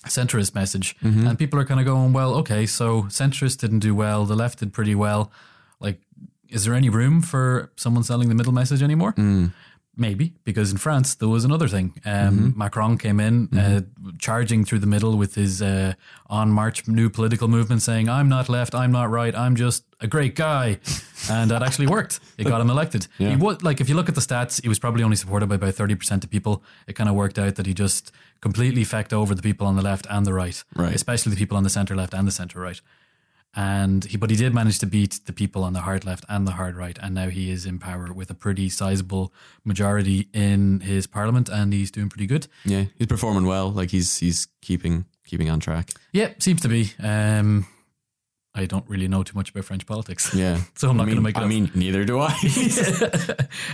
Speaker 2: centrist message,
Speaker 1: Mm-hmm.
Speaker 2: and people are kind of going, well, okay, so centrist didn't do well, the left did pretty well, like. Is there any room for someone selling the middle message anymore? Maybe, because in France there was another thing. Um, Macron came in uh, charging through the middle with his uh, on march new political movement, saying, "I'm not left, I'm not right, I'm just a great guy," and that actually worked. It got him elected. He was like, if you look at the stats, he was probably only supported by about thirty percent of people. It kind of worked out that he just completely fecked over the people on the left and the right,
Speaker 1: Right.
Speaker 2: especially the people on the centre left and the centre right and he but he did manage to beat the people on the hard left and the hard right and now he is in power with a pretty sizable majority in his parliament and he's doing pretty good
Speaker 1: Yeah, he's performing well. Like he's he's keeping keeping on track.
Speaker 2: yeah seems to be um i don't really know too much about french politics
Speaker 1: Yeah.
Speaker 2: so i'm not
Speaker 1: I mean,
Speaker 2: going to make it
Speaker 1: I
Speaker 2: up.
Speaker 1: mean, neither do I.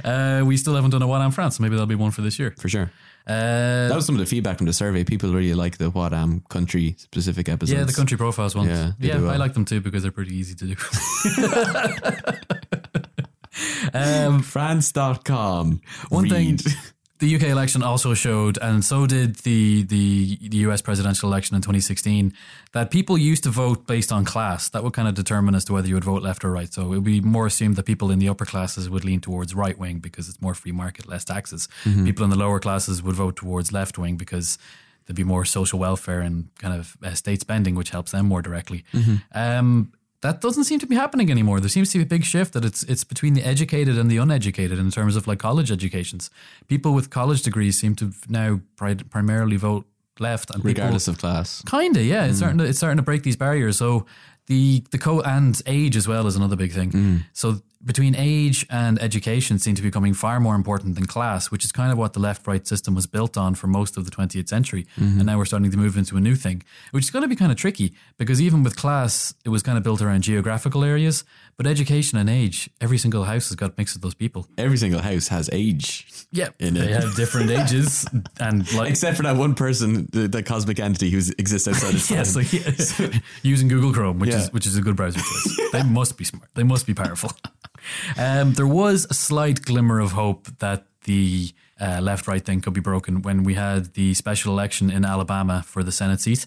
Speaker 2: uh, we still haven't done a one on france so maybe there'll be one for this year
Speaker 1: For sure.
Speaker 2: uh,
Speaker 1: That was some of the feedback from the survey. People really like the what am country specific episodes.
Speaker 2: yeah the country profiles ones
Speaker 1: Yeah,
Speaker 2: yeah,
Speaker 1: they do
Speaker 2: i
Speaker 1: well.
Speaker 2: like them too because they're pretty easy to do um,
Speaker 1: France.com.
Speaker 2: One thing
Speaker 1: Read.
Speaker 2: the UK election also showed, and so did the, the the US presidential election in 2016, that people used to vote based on class. That would kind of determine as to whether you would vote left or right. So it would be more assumed that people in the upper classes would lean towards right wing because it's more free market, less taxes. People in the lower classes would vote towards left wing because there'd be more social welfare and kind of uh, state spending, which helps them more directly. Um, that doesn't seem to be happening anymore. There seems to be a big shift that it's it's between the educated and the uneducated in terms of like college educations. People with college degrees seem to now pri- primarily vote left, and people
Speaker 1: regardless of class.
Speaker 2: Kinda, yeah. It's starting to it's starting to break these barriers. So the the co and age as well is another big thing. So between age and education seem to be becoming far more important than class, which is kind of what the left right system was built on for most of the 20th century. And now we're starting to move into a new thing, which is going to be kind of tricky because even with class, it was kind of built around geographical areas. But education and age, every single house has got a mix of those people.
Speaker 1: Every single house has age,
Speaker 2: Yeah,
Speaker 1: In
Speaker 2: they
Speaker 1: it.
Speaker 2: have different ages and like
Speaker 1: except for that one person, the, the cosmic entity who exists outside of time.
Speaker 2: Yes, like, yes. using Google Chrome, which
Speaker 1: Yeah.
Speaker 2: is which is a good browser choice. they must be smart. They must be powerful. um, there was a slight glimmer of hope that the uh, left-right thing could be broken when we had the special election in Alabama for the Senate seat.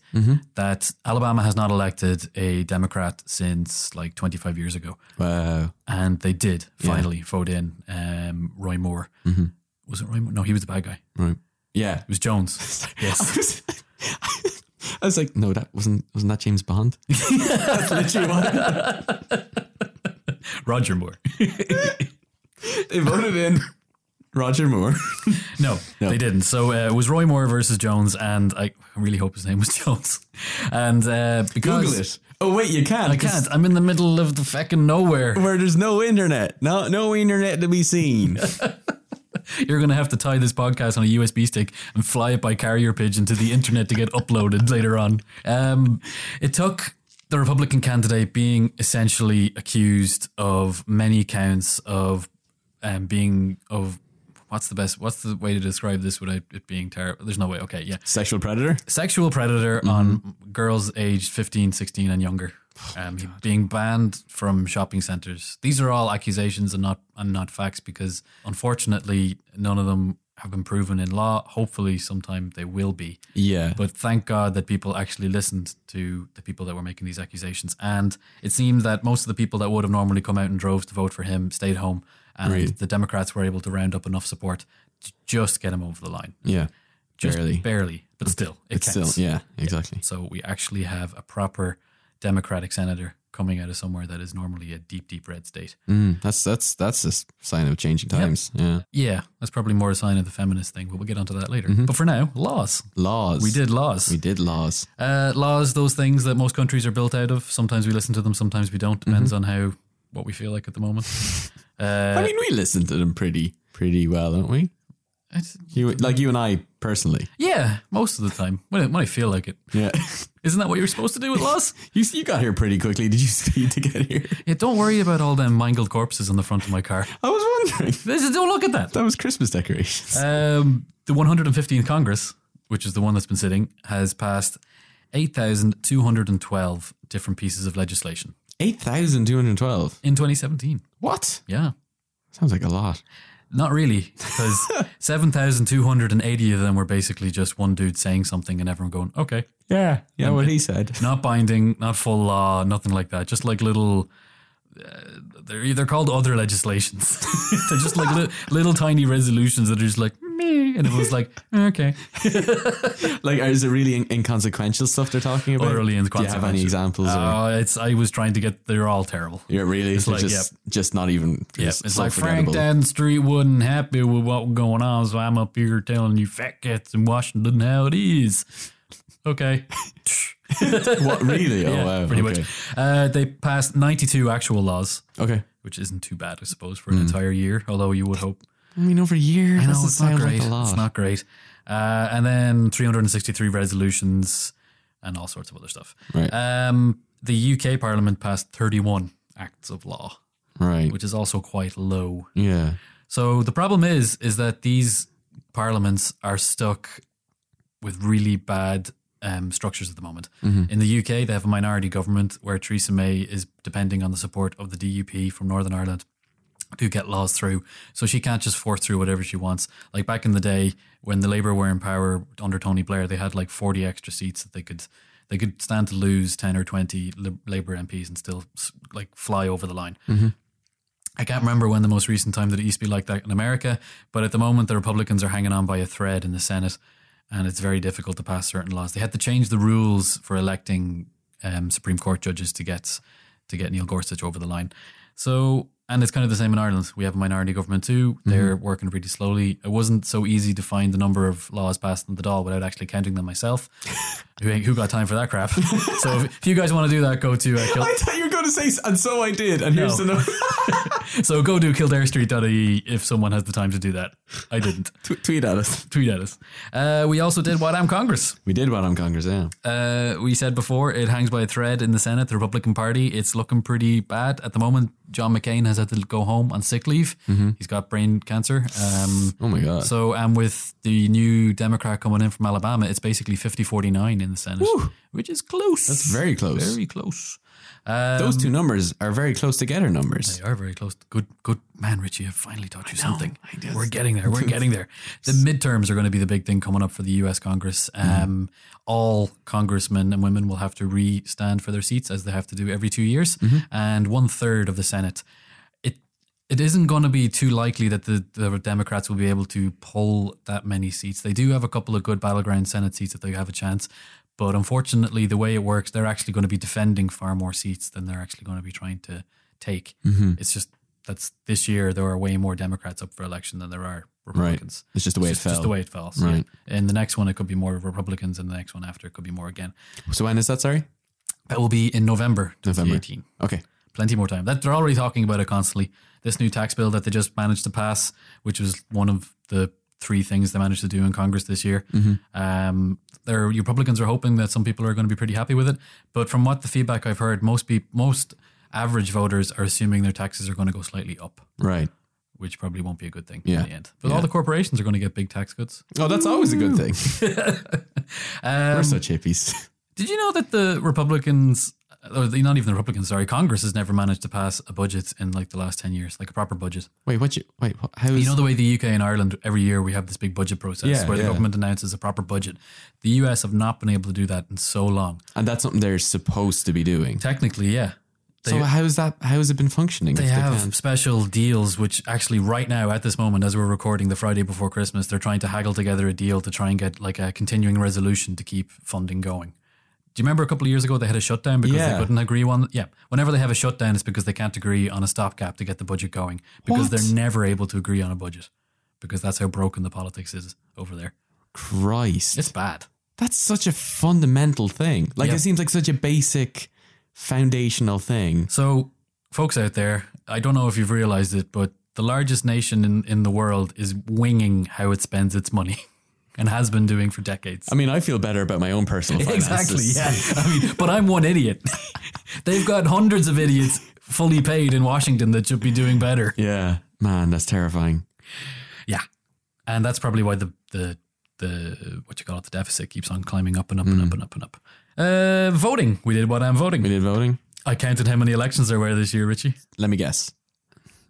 Speaker 2: That Alabama has not elected a Democrat since like 25 years ago,
Speaker 1: Wow.
Speaker 2: and they did finally vote in um, Roy Moore. Was it Roy Moore? No, he was the bad guy. It
Speaker 1: Right. Yeah.
Speaker 2: was Jones. Yes.
Speaker 1: I was like, no, that wasn't wasn't that James Bond? That's literally what
Speaker 2: Roger Moore.
Speaker 1: they voted in. Roger Moore.
Speaker 2: No, they didn't. So uh, it was Roy Moore versus Jones, and I really hope his name was Jones. And uh, because
Speaker 1: Google it. Oh wait, you can't.
Speaker 2: I can't, I'm in the middle of the fucking nowhere.
Speaker 1: Where there's no internet. No no internet to be seen.
Speaker 2: You're gonna have to tie this podcast on a USB stick and fly it by carrier pigeon to the internet to get uploaded later on. Um, it took the Republican candidate being essentially accused of many counts of um, being of. What's the best? What's the way to describe this without it being terrible? There's no way. Okay, yeah.
Speaker 1: Sexual predator?
Speaker 2: sexual predator
Speaker 1: Mm-hmm.
Speaker 2: on girls aged 15, 16 and younger.
Speaker 1: Oh,
Speaker 2: Um, he- being banned from shopping centers. These are all accusations and not and not facts because unfortunately none of them have been proven in law. Hopefully sometime they will be.
Speaker 1: Yeah.
Speaker 2: But thank God that people actually listened to the people that were making these accusations. And it seemed that most of the people that would have normally come out in droves to vote for him stayed home. And
Speaker 1: Right.
Speaker 2: the Democrats were able to round up enough support to just get him over the line.
Speaker 1: yeah.
Speaker 2: Just
Speaker 1: Barely.
Speaker 2: Barely. But still, it
Speaker 1: It's still
Speaker 2: counts.
Speaker 1: yeah, exactly.
Speaker 2: So we actually have a proper Democratic senator coming out of somewhere that is normally a deep, deep red state.
Speaker 1: Mm, that's that's that's a s- sign of changing times. Yeah.
Speaker 2: Yeah, that's probably more a sign of the feminist thing, but we'll get onto that later. But for now, laws.
Speaker 1: Laws.
Speaker 2: Mm-hmm. We did laws.
Speaker 1: we did laws.
Speaker 2: Uh, laws, those things that most countries are built out of. Sometimes we listen to them, sometimes we don't. Depends on how what we feel like at the moment.
Speaker 1: I
Speaker 2: Uh,
Speaker 1: mean, we listen to them pretty pretty well, don't we?
Speaker 2: it's-
Speaker 1: You like you and I personally.
Speaker 2: yeah, most of the time when I, when I feel like it.
Speaker 1: Yeah.
Speaker 2: Isn't that what you're supposed to do with laws?
Speaker 1: you you got here pretty quickly. Did you speed to get here?
Speaker 2: yeah, don't worry about all them mangled corpses on the front of my car.
Speaker 1: I was wondering.
Speaker 2: This is- Don't look at that.
Speaker 1: That was Christmas decorations.
Speaker 2: Um, the 115th Congress, which is the one that's been sitting, has passed 8,212 different pieces of legislation
Speaker 1: 8,212.
Speaker 2: in 2017.
Speaker 1: What?
Speaker 2: Yeah.
Speaker 1: Sounds like a lot.
Speaker 2: Not really, because 7,280 of them were basically just one dude saying something and everyone going, okay,
Speaker 1: Yeah. Yeah, what he said.
Speaker 2: not binding, not full law, nothing like that. Just like little. Uh, they're they're called other legislations. they're just like li- little tiny resolutions that are just like me, and it was like okay,
Speaker 1: Like, is it really in- inconsequential stuff they're talking about? Do you
Speaker 2: Utterly
Speaker 1: have any
Speaker 2: Oh, inconsequential.
Speaker 1: examples? or,
Speaker 2: Uh, it's I was trying to get they're all terrible.
Speaker 1: yeah, really? It's
Speaker 2: like,
Speaker 1: just, just not even.
Speaker 2: Yeah,
Speaker 1: just
Speaker 2: it's
Speaker 1: so
Speaker 2: like Frank
Speaker 1: forgettable.
Speaker 2: Down Street wasn't happy with what was going on, so I'm up here telling you fat cats in Washington how it is. Okay.
Speaker 1: What, really? Oh,
Speaker 2: Yeah,
Speaker 1: wow.
Speaker 2: pretty
Speaker 1: okay.
Speaker 2: much. Uh, they passed 92 actual laws,
Speaker 1: Okay.
Speaker 2: which isn't too bad, I suppose, for an entire year, although you would hope.
Speaker 1: I mean, over a year,
Speaker 2: I know,
Speaker 1: doesn't
Speaker 2: it's not
Speaker 1: sound
Speaker 2: great.
Speaker 1: like a lot.
Speaker 2: It's not great. Uh, and then 363 resolutions and all sorts of other stuff.
Speaker 1: Right.
Speaker 2: Um, the UK Parliament passed 31 acts of law.
Speaker 1: right.
Speaker 2: which is also quite low.
Speaker 1: yeah.
Speaker 2: So the problem is, is that these parliaments are stuck with really bad um, structures at the moment. In the UK, they have a minority government where Theresa May is depending on the support of the DUP from Northern Ireland to get laws through. So she can't just force through whatever she wants. Like back in the day when the Labour were in power under Tony Blair, they had like 40 extra seats that they could they could stand to lose 10 or 20 Lib- Labour MPs and still s- like fly over the line. I can't remember when the most recent time that it used to be like that in America, but at the moment the Republicans are hanging on by a thread in the Senate, and it's very difficult to pass certain laws. They had to change the rules for electing um, Supreme Court judges to get to get Neil Gorsuch over the line. So, and it's kind of the same in Ireland. We have a minority government too. They're working really slowly. It wasn't so easy to find the number of laws passed in the Dáil without actually counting them myself. who, ain't- who got time for that crap? so, if, if you guys want to do that, go to uh, Kil-
Speaker 1: I thought you were going to say, and so I did. And here's
Speaker 2: No.
Speaker 1: the number.
Speaker 2: so go to kildarestreet.ie E if someone has the time to do that. I didn't.
Speaker 1: Tw- tweet at us.
Speaker 2: Tweet at us. Uh, we also did What Am Congress.
Speaker 1: We did what on Congress, yeah.
Speaker 2: Uh, we said before, it hangs by a thread in the Senate, the Republican Party. It's looking pretty bad at the moment. John McCain has had to go home on sick leave.
Speaker 1: Mm-hmm.
Speaker 2: He's got brain cancer. Um,
Speaker 1: Oh my God.
Speaker 2: so, and with the new Democrat coming in from Alabama, it's basically 50 49 in the Senate, which is close.
Speaker 1: That's very close.
Speaker 2: Very um, close.
Speaker 1: Those two numbers are very close together numbers.
Speaker 2: They are very close. Good, good man, Richie. I finally taught you something. We're getting there. We're getting there. The midterms are going to be the big thing coming up for the U.S. Congress. Um, All congressmen and women will have to re-stand for their seats as they have to do every two years, and one third of the Senate. It it isn't going to be too likely that the, the Democrats will be able to pull that many seats. They do have a couple of good battleground Senate seats if they have a chance. But unfortunately, the way it works, they're actually going to be defending far more seats than they're actually going to be trying to take.
Speaker 1: Mm-hmm.
Speaker 2: It's just that's this year there are way more Democrats up for election than there are Republicans.
Speaker 1: It's just the way
Speaker 2: It's
Speaker 1: it
Speaker 2: just,
Speaker 1: fell.
Speaker 2: just the way it falls.
Speaker 1: Right.
Speaker 2: Yeah. And the next one, it could be more Republicans, and the next one after, it could be more again.
Speaker 1: So when is that, sorry?
Speaker 2: That will be in November
Speaker 1: November.
Speaker 2: 2018.
Speaker 1: Okay.
Speaker 2: Plenty more time. That they're already talking about it constantly. This new tax bill that they just managed to pass, which was one of the three things they managed to do in Congress this year.
Speaker 1: Mm-hmm.
Speaker 2: Um, there, Republicans are hoping that some people are going to be pretty happy with it. But from what the feedback I've heard, most be, most average voters are assuming their taxes are going to go slightly up.
Speaker 1: Right.
Speaker 2: which probably won't be a good thing
Speaker 1: Yeah.
Speaker 2: in the end. But all the corporations are going to get big tax cuts.
Speaker 1: Oh, that's always a good thing. We're such hippies.
Speaker 2: Um, Did you know that the Republicans, or the, not even the Republicans, sorry, Congress has never managed to pass a budget in like the last 10 years, like a proper budget?
Speaker 1: Wait, what you, wait, wha- how is,
Speaker 2: You know the way the UK and Ireland every year we have this big budget process
Speaker 1: Yeah,
Speaker 2: where the
Speaker 1: yeah.
Speaker 2: government announces a proper budget. The US have not been able to do that in so long.
Speaker 1: and that's something they're supposed to be doing.
Speaker 2: Technically, yeah. They,
Speaker 1: so how's that, how has it been functioning?
Speaker 2: They have special deals, which actually, right now at this moment, as we're recording the Friday before Christmas, they're trying to haggle together a deal to try and get like a continuing resolution to keep funding going. Do you remember a couple of years ago they had a shutdown because
Speaker 1: Yeah.
Speaker 2: they couldn't agree on? Yeah, whenever they have a shutdown, it's because they can't agree on a stopgap to get the budget going because
Speaker 1: What?
Speaker 2: they're never able to agree on a budget because that's how broken the politics is over there.
Speaker 1: Christ.
Speaker 2: It's bad.
Speaker 1: That's such a fundamental thing. Like
Speaker 2: Yeah.
Speaker 1: it seems like such a basic foundational thing.
Speaker 2: So, folks out there, I don't know if you've realized it, but the largest nation in, in the world is winging how it spends its money and has been doing for decades.
Speaker 1: I mean, I feel better about my own personal
Speaker 2: exactly.
Speaker 1: finances.
Speaker 2: Yeah. I mean, but I'm one idiot. They've got hundreds of idiots fully paid in Washington that should be doing better.
Speaker 1: Yeah. Man, that's terrifying.
Speaker 2: Yeah. And that's probably why the, the, the what you call it, the deficit keeps on climbing up and up and up and up and up. Uh, voting. We did what I'm voting.
Speaker 1: Hmm. We did voting.
Speaker 2: I counted how many elections there were this year, Richie.
Speaker 1: Let me guess.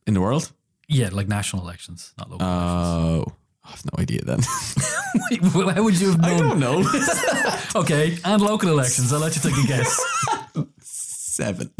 Speaker 1: In the world?
Speaker 2: Yeah, like national elections, not local.
Speaker 1: Oh, I have no idea then.
Speaker 2: Well, How would you have known?
Speaker 1: know.
Speaker 2: Okay, and local elections. I'll let you take a guess.
Speaker 1: Seven.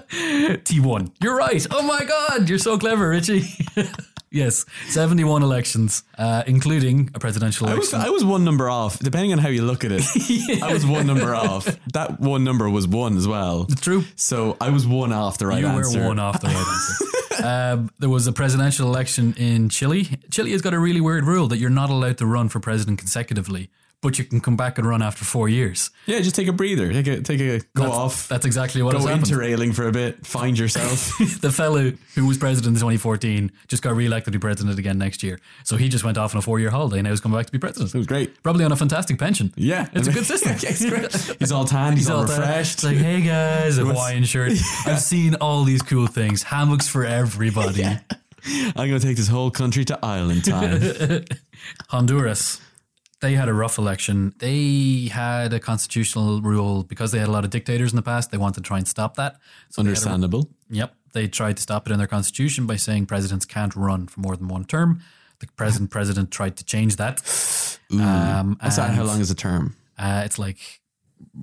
Speaker 2: T1. You're right. Oh my God. You're so clever, Richie. yes, 71 elections, uh, including a presidential
Speaker 1: I was,
Speaker 2: election.
Speaker 1: I was one number off. Depending on how you look at it, I was one number off. That one number was one as well.
Speaker 2: True.
Speaker 1: So I was one off the right
Speaker 2: You
Speaker 1: answer.
Speaker 2: were one off the right answer. Um, there was a presidential election in Chile. Chile has got a really weird rule that you're not allowed to run for president consecutively, but you can come back and run after four years.
Speaker 1: Yeah, just take a breather. Take a take a go off.
Speaker 2: That's exactly what
Speaker 1: go
Speaker 2: has happened.
Speaker 1: interrailing for a bit. Find yourself.
Speaker 2: the fellow who was president in 2014 just got re-elected to be president again next year. So he just went off on a four-year holiday and now he's come back to be president.
Speaker 1: it was great.
Speaker 2: Probably on a fantastic pension.
Speaker 1: Yeah,
Speaker 2: It's a good system.
Speaker 1: Yeah, it's great. he's all tanned. He's, all,
Speaker 2: all there.
Speaker 1: refreshed.
Speaker 2: It's like, hey guys, a Hawaiian shirt. I've seen all these cool things. Hammocks for everybody.
Speaker 1: I'm gonna take this whole country to island time.
Speaker 2: Honduras. They had a rough election. They had a constitutional rule because they had a lot of dictators in the past. They wanted to try and stop that. So they had a
Speaker 1: Understandable.
Speaker 2: Yep. They tried to stop it in their constitution by saying presidents can't run for more than one term. The present president tried to change that. Um,
Speaker 1: That's not
Speaker 2: and,
Speaker 1: how long is a term?
Speaker 2: Uh, it's like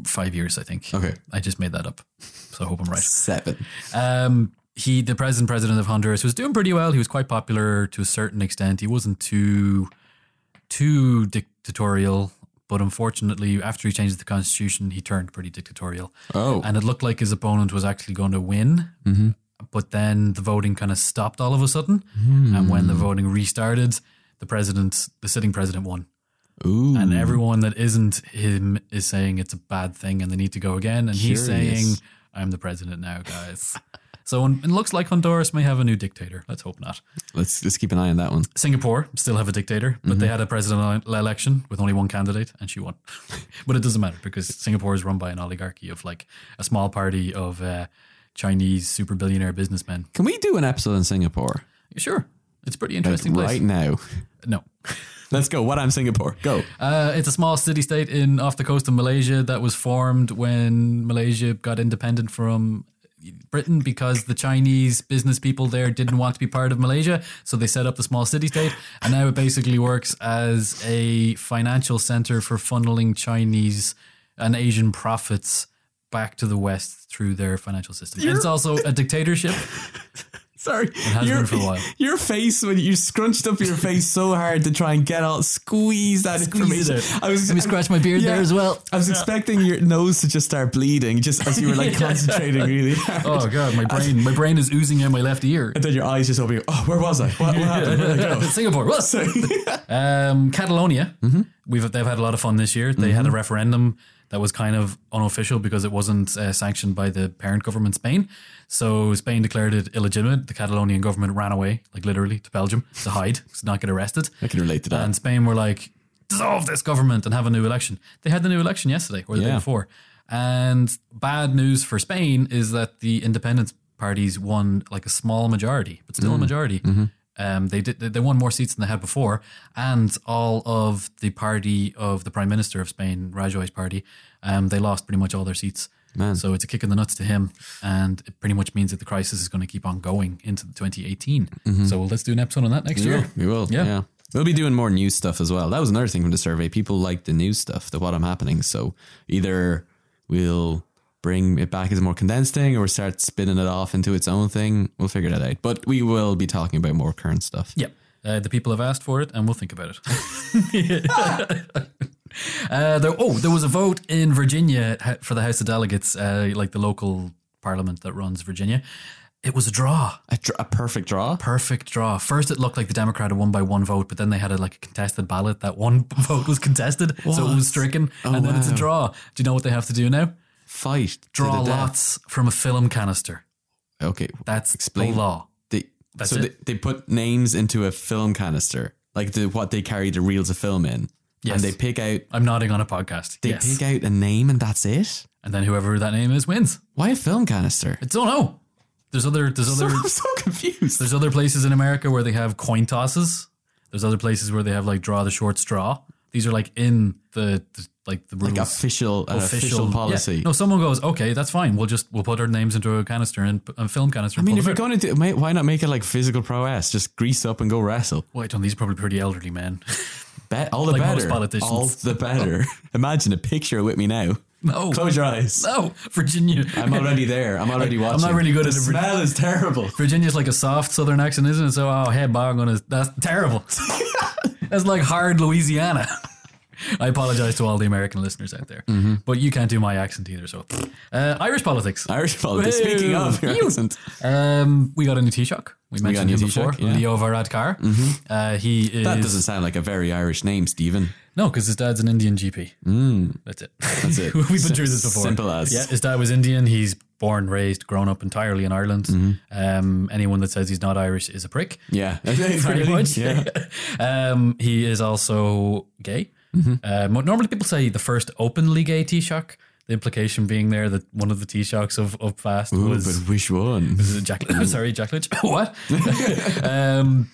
Speaker 2: five years, I think.
Speaker 1: Okay.
Speaker 2: I just made that up. So I hope I'm right.
Speaker 1: Seven.
Speaker 2: Um, he, the president, president of Honduras, was doing pretty well. He was quite popular to a certain extent. He wasn't too, too dictatorial, but unfortunately, after he changed the constitution, he turned pretty dictatorial.
Speaker 1: Oh, Mm-hmm.
Speaker 2: And it looked like his opponent was actually going to win. But then the voting kind of stopped all of a sudden.
Speaker 1: Hmm.
Speaker 2: And when the voting restarted, the president, the sitting president won.
Speaker 1: ooh,
Speaker 2: And everyone that isn't him is saying it's a bad thing and they need to go again. And he's
Speaker 1: Curious.
Speaker 2: saying, I'm the president now, guys. so it looks like Honduras may have a new dictator. Let's hope not.
Speaker 1: let's let's keep an eye on that one.
Speaker 2: Singapore still have a dictator, but they had a presidential election with only one candidate, and she won. but it doesn't matter because Singapore is run by an oligarchy of like a small party of uh, Chinese super billionaire businessmen.
Speaker 1: Can we do an episode in Singapore
Speaker 2: Sure, it's a pretty
Speaker 1: Like,
Speaker 2: interesting place.
Speaker 1: right now?
Speaker 2: No,
Speaker 1: Let's go. What I'm Singapore. Go.
Speaker 2: uh, it's a small city-state in off the coast of Malaysia that was formed when Malaysia got independent from. Britain, because the Chinese business people there didn't want to be part of Malaysia, so they set up the small city state, and now it basically works as a financial center for funneling Chinese and Asian profits back to the West through their financial system. And it's also a dictatorship.
Speaker 1: Sorry, it
Speaker 2: has been for a while.
Speaker 1: Your face when you scrunched up your face so hard to try and get all squeeze that
Speaker 2: Squeeze it
Speaker 1: information.
Speaker 2: out. Let me scratch my beard there as well.
Speaker 1: I was expecting your nose to just start bleeding just as you were like concentrating really hard.
Speaker 2: Oh god, my brain, my brain is oozing out my left ear.
Speaker 1: And then your eyes just open. Oh, where was I? What, what happened? Where did I go?
Speaker 2: Singapore. Whoa. um, Catalonia. We've they've had a lot of fun this year. They had a referendum that was kind of unofficial because it wasn't uh, sanctioned by the parent government, Spain. So Spain declared it illegitimate. The Catalonian government ran away, like literally, to Belgium to hide, to not get arrested.
Speaker 1: I can relate to that.
Speaker 2: And Spain were like, dissolve this government and have a new election. They had the new election yesterday or the day
Speaker 1: Yeah.
Speaker 2: before. And bad news for Spain is that the independence parties won like a small majority, but
Speaker 1: Mm.
Speaker 2: still a majority.
Speaker 1: Mm-hmm.
Speaker 2: Um, they did. They won more seats than they had before, and all of the party of the prime minister of Spain, Rajoy's party, um, they lost pretty much all their seats.
Speaker 1: Man.
Speaker 2: So it's a kick in the nuts to him, and it pretty much means that the crisis is going to keep on going into 2018. So let's do an episode on that next year.
Speaker 1: Mm-hmm. We will.
Speaker 2: Yeah.
Speaker 1: Yeah. We'll be doing more news stuff as well. That was another thing from the survey. People like the news stuff, the what I'm happening. So either we'll bring it back as a more condensed thing or we'll start spinning it off into its own thing. We'll figure that out. But we will be talking about more current stuff.
Speaker 2: Yeah. Uh, the people have asked for it, and we'll think about it. uh, there, oh, there was a vote in Virginia ha- for the House of Delegates, uh, like the local parliament that runs Virginia. It was a draw,
Speaker 1: A, dr- a perfect draw.
Speaker 2: perfect draw. First, it looked like the Democrat had won by one vote, but then they had a, like a contested ballot. That one vote was contested, so it was stricken, and then it's a
Speaker 1: wow.
Speaker 2: draw. Do you know what they have to do now?
Speaker 1: Fight. to
Speaker 2: Draw
Speaker 1: the death.
Speaker 2: lots from a film canister.
Speaker 1: Okay.
Speaker 2: That's
Speaker 1: Explain.
Speaker 2: the law.
Speaker 1: They,
Speaker 2: That's
Speaker 1: so
Speaker 2: it.
Speaker 1: They, they put names into a film canister, like the, what they carry the reels of film in.
Speaker 2: Yes.
Speaker 1: And they pick out
Speaker 2: I'm nodding on a podcast.
Speaker 1: they
Speaker 2: yes.
Speaker 1: pick out a name and that's it.
Speaker 2: and then whoever that name is wins.
Speaker 1: Why a film canister?
Speaker 2: I don't know. oh, There's other there's
Speaker 1: So,
Speaker 2: other
Speaker 1: I'm so confused.
Speaker 2: there's other places in America where they have coin tosses. There's other places where they have like draw the short straw. These are like in the, the like the rules.
Speaker 1: like official
Speaker 2: uh,
Speaker 1: an official,
Speaker 2: yeah.
Speaker 1: policy.
Speaker 2: No, someone goes, okay, that's fine. We'll just we'll put our names into a canister and a film canister.
Speaker 1: I mean, if you're going to do, may- why not make it like physical prowess? Just grease up and go wrestle.
Speaker 2: wait on these are probably pretty elderly men.
Speaker 1: Bet all the
Speaker 2: Like most
Speaker 1: better.
Speaker 2: politicians. Oh.
Speaker 1: All the better. Imagine a picture with me now.
Speaker 2: no,
Speaker 1: Close your eyes.
Speaker 2: no, Virginia.
Speaker 1: I'm already there. I'm already watching.
Speaker 2: not really good
Speaker 1: the
Speaker 2: at the-
Speaker 1: smell is terrible.
Speaker 2: Virginia's like a soft southern accent, isn't it? So, oh, hey, Bob, I'm gonna. That's terrible. that's like hard Louisiana. I apologize to all the American listeners out there,
Speaker 1: Mm-hmm.
Speaker 2: but you can't do my accent either. So, uh, Irish politics.
Speaker 1: Irish politics. Speaking of, your
Speaker 2: Ew.
Speaker 1: accent.
Speaker 2: Um, we got a new Taoiseach. We mentioned
Speaker 1: new
Speaker 2: him before,
Speaker 1: Taoiseach, yeah. Mm-hmm.
Speaker 2: Leo Varadkar. Uh, he is
Speaker 1: that doesn't sound like a very Irish name, Stephen.
Speaker 2: no, because his dad's an Indian GP. That's it. That's
Speaker 1: Mm. it.
Speaker 2: We've been
Speaker 1: Sim-
Speaker 2: through this before.
Speaker 1: simple as.
Speaker 2: Yeah, his dad was Indian. He's born, raised, grown up entirely in Ireland.
Speaker 1: Mm-hmm.
Speaker 2: Um, anyone that says he's not Irish is a prick.
Speaker 1: Yeah,
Speaker 2: pretty much.
Speaker 1: Yeah.
Speaker 2: um, he is also gay. Uh, mo- normally, people say the first openly gay Taoiseach. The implication being there that one of the Taoiseachs of, of past
Speaker 1: Ooh,
Speaker 2: was
Speaker 1: but which one?
Speaker 2: was it Jack. I'm sorry, Jack Lynch. what? um,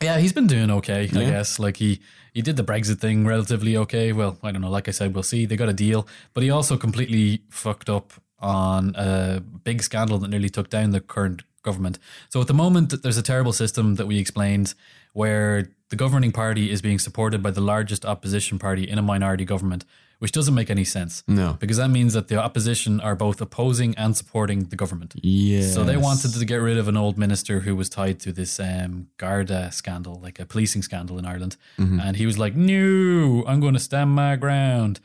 Speaker 2: yeah, he's been doing okay, I guess. Like he he did the Brexit thing relatively okay. Well, I don't know. Like I said, we'll see. They got a deal, but he also completely fucked up on a big scandal that nearly took down the current government. So at the moment, there's a terrible system that we explained where the governing party is being supported by the largest opposition party in a minority government, which doesn't make any sense.
Speaker 1: No.
Speaker 2: Because that means that the opposition are both opposing and supporting the government.
Speaker 1: Yeah.
Speaker 2: So they wanted to get rid of an old minister who was tied to this um, Garda scandal, like a policing scandal in Ireland.
Speaker 1: Mm-hmm.
Speaker 2: And he was like, no, I'm going to stand my ground.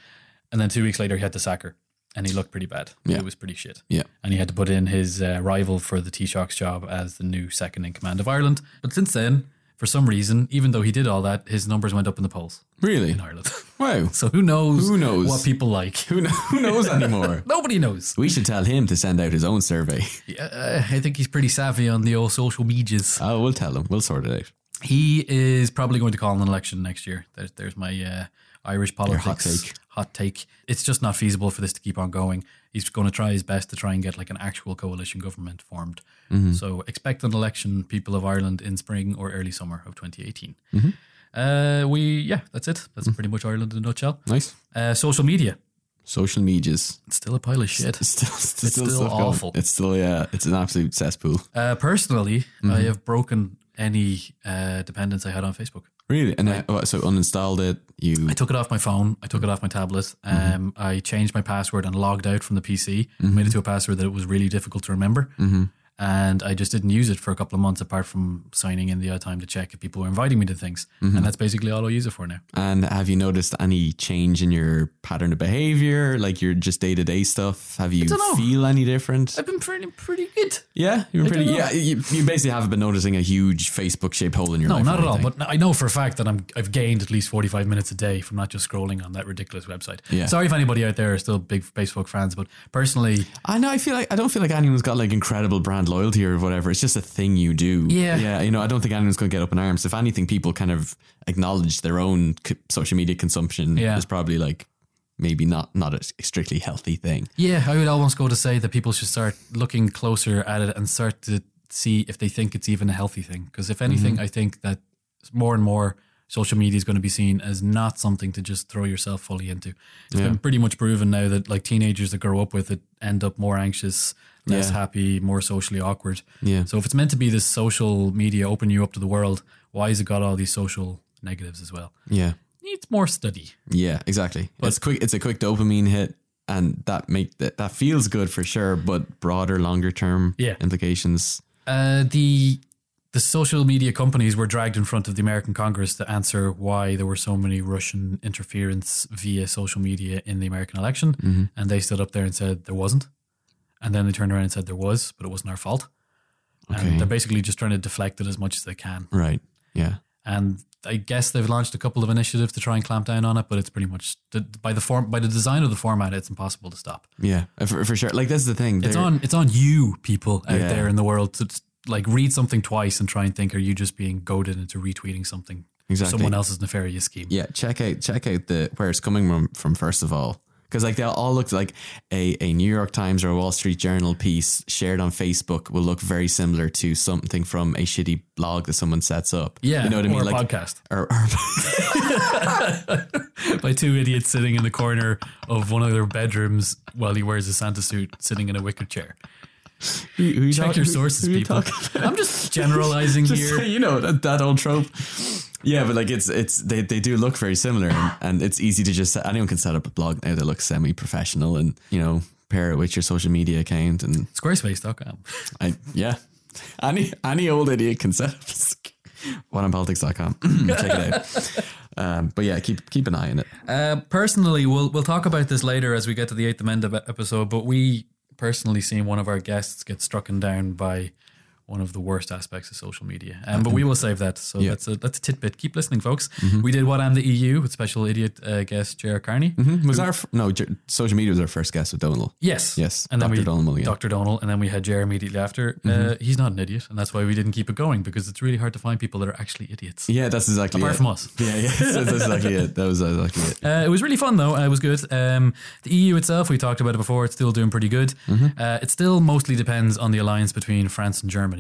Speaker 2: And then two weeks later, he had to sack her. And he looked pretty bad.
Speaker 1: Yeah.
Speaker 2: He was pretty shit.
Speaker 1: Yeah.
Speaker 2: And he had to put in his uh, rival for the Taoiseach's job as the new second in command of Ireland. But since then, for some reason, even though he did all that, his numbers went up in the polls
Speaker 1: Really?
Speaker 2: in Ireland.
Speaker 1: Wow.
Speaker 2: so who knows,
Speaker 1: Who knows?
Speaker 2: what people like?
Speaker 1: Who, kn- who knows anymore?
Speaker 2: Nobody knows.
Speaker 1: we should tell him to send out his own survey.
Speaker 2: Uh, I think he's pretty savvy on the old social medias.
Speaker 1: Oh, we'll tell him. We'll sort it out.
Speaker 2: He is probably going to call an election next year. There's, there's my uh, Irish politics
Speaker 1: hot take.
Speaker 2: hot take. It's just not feasible for this to keep on going. He's going to try his best to try and get like an actual coalition government formed.
Speaker 1: Mm-hmm.
Speaker 2: So expect an election, people of Ireland, in spring or early summer of 2018.
Speaker 1: Mm-hmm.
Speaker 2: Uh, we yeah, that's it. That's pretty much Ireland in a nutshell.
Speaker 1: Nice.
Speaker 2: Uh, social media,
Speaker 1: Social medias.
Speaker 2: it's still a pile of shit.
Speaker 1: It's still, it's
Speaker 2: still
Speaker 1: stuff going.
Speaker 2: awful.
Speaker 1: It's still, yeah, it's an absolute cesspool.
Speaker 2: Uh, personally, I
Speaker 1: Mm-hmm.
Speaker 2: have broken any uh, dependence I had on Facebook.
Speaker 1: Really? And I, oh, so uninstalled it. You.
Speaker 2: I took it off my phone. I took it off my tablet. Um, I changed my password and logged out from the PC. Made it to a password that it was really difficult to remember, and I just didn't use it for a couple of months, apart from signing in the odd time to check if people were inviting me to things. And that's basically all I use it for now.
Speaker 1: And have you noticed any change in your pattern of behavior, like your just day to day stuff? Have you
Speaker 2: don't know.
Speaker 1: feel any different?
Speaker 2: I've been pretty pretty good.
Speaker 1: Yeah, you're pretty.
Speaker 2: know.
Speaker 1: Yeah, you, you basically haven't been noticing a huge Facebook shaped hole in your
Speaker 2: No,
Speaker 1: life.
Speaker 2: not
Speaker 1: or
Speaker 2: at all.
Speaker 1: anything.
Speaker 2: But I know for a fact that I'm I've gained at least forty five minutes a day from not just scrolling on that ridiculous website.
Speaker 1: Yeah.
Speaker 2: Sorry if anybody out there are still big Facebook fans, but personally,
Speaker 1: I know. I feel like I don't feel like anyone's got like incredible brand loyalty or whatever. It's just a thing you do.
Speaker 2: Yeah.
Speaker 1: yeah. You know, I don't think anyone's going to get up in arms. If anything, people kind of acknowledge their own c- social media consumption
Speaker 2: Yeah.
Speaker 1: is probably like maybe not not a strictly healthy thing.
Speaker 2: Yeah, I would almost go to say that people should start looking closer at it and start to see if they think it's even a healthy thing. Because if anything,
Speaker 1: Mm-hmm.
Speaker 2: I think that more and more social media is going to be seen as not something to just throw yourself fully into. It's been pretty much proven now that like teenagers that grow up with it end up more anxious, less
Speaker 1: Yeah.
Speaker 2: happy, more socially awkward.
Speaker 1: Yeah.
Speaker 2: So if it's meant to be this social media open you up to the world, why has it got all these social negatives as well?
Speaker 1: Yeah,
Speaker 2: Needs more study.
Speaker 1: yeah, exactly. it's quick. It's a quick dopamine hit, and that make that that feels good for sure. But broader, longer term
Speaker 2: Yeah.
Speaker 1: implications.
Speaker 2: Uh, the the social media companies were dragged in front of the American Congress to answer why there were so many Russian interference via social media in the American election, and they stood up there and said there wasn't, and then they turned around and said there was, but it wasn't our fault.
Speaker 1: Okay.
Speaker 2: And they're basically just trying to deflect it as much as they can.
Speaker 1: Right. Yeah.
Speaker 2: And I guess they've launched a couple of initiatives to try and clamp down on it, but it's pretty much by the form by the design of the format, it's impossible to stop.
Speaker 1: Yeah. For, for sure. Like that's the thing.
Speaker 2: It's
Speaker 1: They're-
Speaker 2: on it's on you people out
Speaker 1: Yeah.
Speaker 2: there in the world to like read something twice and try and think are you just being goaded into retweeting something
Speaker 1: Exactly.
Speaker 2: someone else's nefarious scheme.
Speaker 1: yeah check out check out the where it's coming from from first of all because like they'll all look like a, a new york times or a wall street journal piece shared on facebook will look very similar to something from a shitty blog that someone sets up
Speaker 2: Yeah,
Speaker 1: you know what i mean
Speaker 2: or a
Speaker 1: like
Speaker 2: podcast
Speaker 1: or, or
Speaker 2: by two idiots sitting in the corner of one of their bedrooms while he wears a Santa suit, sitting in a wicker chair.
Speaker 1: who, who you
Speaker 2: Check
Speaker 1: talk-
Speaker 2: your
Speaker 1: who-
Speaker 2: sources,
Speaker 1: who you
Speaker 2: people.
Speaker 1: talk-
Speaker 2: I'm just generalizing
Speaker 1: just so
Speaker 2: here.
Speaker 1: you know that, that old trope yeah but like it's it's they, they do look very similar and, and it's easy to just anyone can set up a blog now that looks semi-professional and you know pair it with your social media account and
Speaker 2: Squarespace.com.
Speaker 1: I yeah. Any any old idiot can set up one on politics.com. Check it out. Um, but yeah, keep keep an eye on it.
Speaker 2: Uh, personally, we'll we'll talk about this later as we get to the eighth amendment episode. But we personally seen one of our guests get struck and down by one of the worst aspects of social media. Um,
Speaker 1: Mm-hmm.
Speaker 2: but we will save that. So that's a that's a tidbit. Keep listening, folks. We did what am the EU with special idiot uh, guest Jared Carney.
Speaker 1: Was our f- no j- social media was our first guest with Donal.
Speaker 2: Yes,
Speaker 1: Yes,
Speaker 2: and then
Speaker 1: Dr.
Speaker 2: we
Speaker 1: Donal Mulligan. Mm-hmm.
Speaker 2: Dr. Donal, and then we had Jer immediately after. Uh, he's not an idiot, and that's why we didn't keep it going because it's really hard to find people that are actually idiots.
Speaker 1: Yeah, that's exactly
Speaker 2: Apart
Speaker 1: it.
Speaker 2: from us.
Speaker 1: yeah, yeah, that's, that's exactly it. That was exactly it.
Speaker 2: Uh, it was really fun though. Uh, it was good. Um, the EU itself, we talked about it before. It's still doing pretty good. Uh, it still mostly depends on the alliance between France and Germany.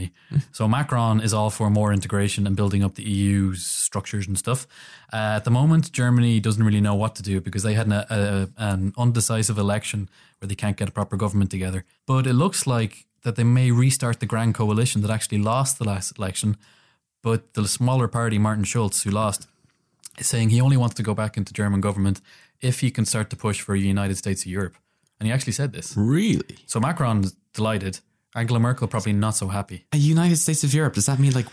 Speaker 2: So Macron is all for more integration and building up the EU's structures and stuff. Uh, at the moment, Germany doesn't really know what to do because they had an, a, an undecisive election where they can't get a proper government together. But it looks like that they may restart the grand coalition that actually lost the last election But the smaller party, Martin Schulz, who lost, is saying he only wants to go back into German government if he can start to push for a United States of Europe. And he actually said this.
Speaker 1: Really?
Speaker 2: So Macron's delighted. Angela Merkel probably not so happy.
Speaker 1: A United States of Europe, does that mean like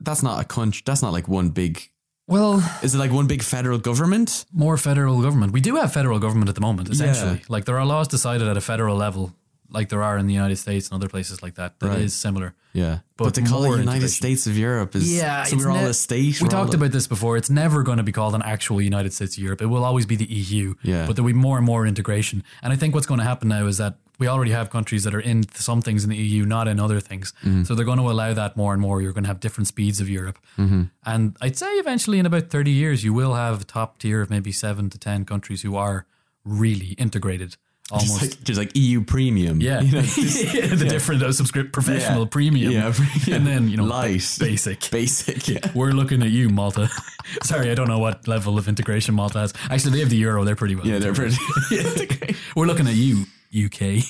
Speaker 1: that's not a country that's not like one big
Speaker 2: Well,
Speaker 1: is it like one big federal government?
Speaker 2: more federal government. We do have federal government at the moment, essentially.
Speaker 1: Yeah.
Speaker 2: Like there are laws decided at a federal level, like there are in the United States and other places like that. That is
Speaker 1: Right.
Speaker 2: similar.
Speaker 1: Yeah.
Speaker 2: But
Speaker 1: But, to call it
Speaker 2: more
Speaker 1: United
Speaker 2: integration.
Speaker 1: States of Europe is
Speaker 2: Yeah,
Speaker 1: so
Speaker 2: it's
Speaker 1: we're all
Speaker 2: ne-
Speaker 1: a state.
Speaker 2: We
Speaker 1: we're all
Speaker 2: talked
Speaker 1: a-
Speaker 2: about this before. It's never going to be called an actual United States of Europe. It will always be the EU.
Speaker 1: Yeah.
Speaker 2: But there'll be more and more integration. And I think what's going to happen now is that we already have countries that are in th- some things in the EU, not in other things.
Speaker 1: Mm-hmm.
Speaker 2: So they're going to allow that more and more. You're going to have different speeds of Europe.
Speaker 1: Mm-hmm.
Speaker 2: And I'd say eventually in about 30 years, you will have a top tier of maybe seven to 10 countries who are really integrated. Almost.
Speaker 1: just like, just like EU premium.
Speaker 2: yeah.
Speaker 1: You know, this-
Speaker 2: the different uh, subscript professional premium.
Speaker 1: Yeah,
Speaker 2: And then, you know,
Speaker 1: light.
Speaker 2: basic.
Speaker 1: Basic. Yeah.
Speaker 2: We're looking at you, Malta. Sorry, I don't know what level of integration Malta has. Actually, they have the euro. They're pretty well.
Speaker 1: Yeah, they're pretty
Speaker 2: We're looking at you, UK.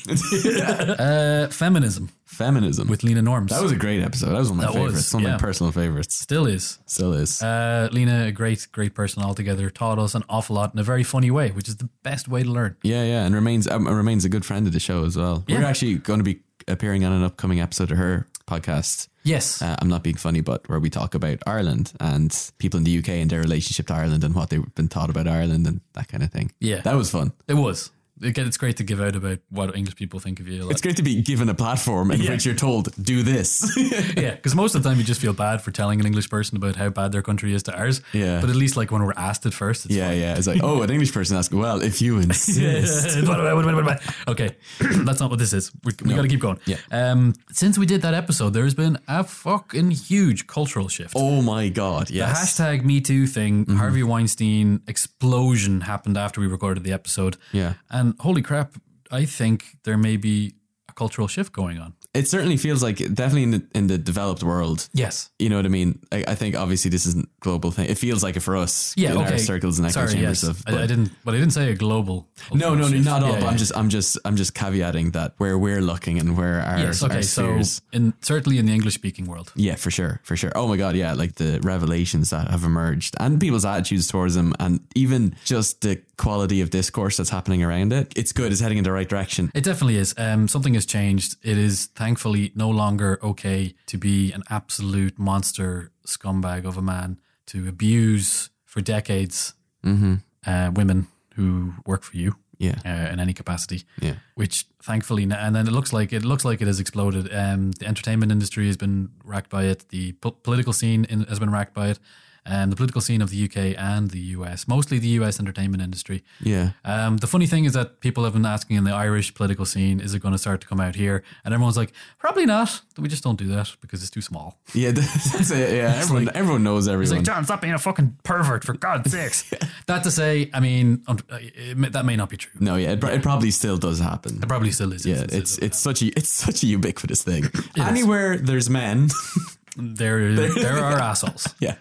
Speaker 2: uh, feminism
Speaker 1: feminism.
Speaker 2: with Lena Norms.
Speaker 1: that was a great episode. That was one of my
Speaker 2: That was,
Speaker 1: favorites. one of
Speaker 2: yeah.
Speaker 1: my personal favorites.
Speaker 2: Still is.
Speaker 1: Still is.
Speaker 2: Uh, Lena, a great, great person altogether, taught us an awful lot in a very funny way, which is the best way to learn.
Speaker 1: Yeah, yeah, and remains um, remains a good friend of the show as well. We're actually going to be appearing on an upcoming episode of her podcast.
Speaker 2: Yes.
Speaker 1: Uh, I'm not being funny, but where we talk about Ireland and people in the UK and their relationship to Ireland and what they've been taught about Ireland and that kind of thing.
Speaker 2: Yeah.
Speaker 1: that was fun.
Speaker 2: it was. Again, it's great to give out about what English people think of you. Like,
Speaker 1: It's great to be given a platform in
Speaker 2: Yeah.
Speaker 1: which you're told do this.
Speaker 2: yeah, because most of the time you just feel bad for telling an English person about how bad their country is to ours.
Speaker 1: Yeah.
Speaker 2: But at least like when we're asked at first, it's
Speaker 1: yeah, yeah. It's like oh, an English person asked, well, if you insist.
Speaker 2: okay, that's not what this is. We, we got to keep going.
Speaker 1: Yeah.
Speaker 2: Um, since we did that episode, there has been a fucking huge cultural shift.
Speaker 1: Oh my god!
Speaker 2: The
Speaker 1: Yes. Mm-hmm.
Speaker 2: hashtag Me Too thing, Harvey Weinstein explosion happened after we recorded the episode.
Speaker 1: Yeah.
Speaker 2: And holy crap, I think there may be a cultural shift going on.
Speaker 1: It certainly feels like definitely in the in the developed world
Speaker 2: Yes.
Speaker 1: You know what I mean? I, I think obviously this isn't a global thing. It feels like it for us
Speaker 2: Yeah.
Speaker 1: in
Speaker 2: okay.
Speaker 1: our circles and echo
Speaker 2: Sorry.
Speaker 1: chambers
Speaker 2: Yes.
Speaker 1: of.
Speaker 2: I, I didn't, but I didn't say a global.
Speaker 1: no, no,
Speaker 2: cultural
Speaker 1: no,
Speaker 2: shift.
Speaker 1: not all.
Speaker 2: Yeah,
Speaker 1: but
Speaker 2: yeah,
Speaker 1: I'm just, I'm just, I'm just caveating that where we're looking and where our,
Speaker 2: Yes.
Speaker 1: our
Speaker 2: Okay. So,
Speaker 1: spheres.
Speaker 2: in certainly in the English speaking world.
Speaker 1: yeah, for sure, for sure. Oh my god, yeah, like the revelations that have emerged and people's attitudes towards them, and even just the quality of discourse that's happening around it. It's good. It's heading in the right direction.
Speaker 2: It definitely is. Um, something has changed. It is thankfully no longer okay to be an absolute monster scumbag of a man to abuse for decades uh, women who work for you
Speaker 1: Mm-hmm. Yeah,
Speaker 2: uh, in any capacity.
Speaker 1: yeah.
Speaker 2: Which thankfully, n- and then it looks like it looks like it has exploded. Um, the entertainment industry has been racked by it. The po- political scene in, has been racked by it, and the political scene of the UK and the US, mostly the US entertainment industry.
Speaker 1: Yeah,
Speaker 2: Um, the funny thing is that people have been asking in the Irish political scene, is it going to start to come out here? And everyone's like, probably not. We just don't do that because it's too small.
Speaker 1: yeah, that's it. Yeah, everyone, everyone knows
Speaker 2: It's
Speaker 1: everyone.
Speaker 2: like, John, stop being a fucking pervert, for God's sakes. that to say, I mean, um, it may- that may not be true.
Speaker 1: no, yeah, it, pro- it probably still does happen.
Speaker 2: It probably still is.
Speaker 1: Yeah, it's it's such a it's such a ubiquitous thing. Anywhere there's men,
Speaker 2: there, there are assholes.
Speaker 1: yeah,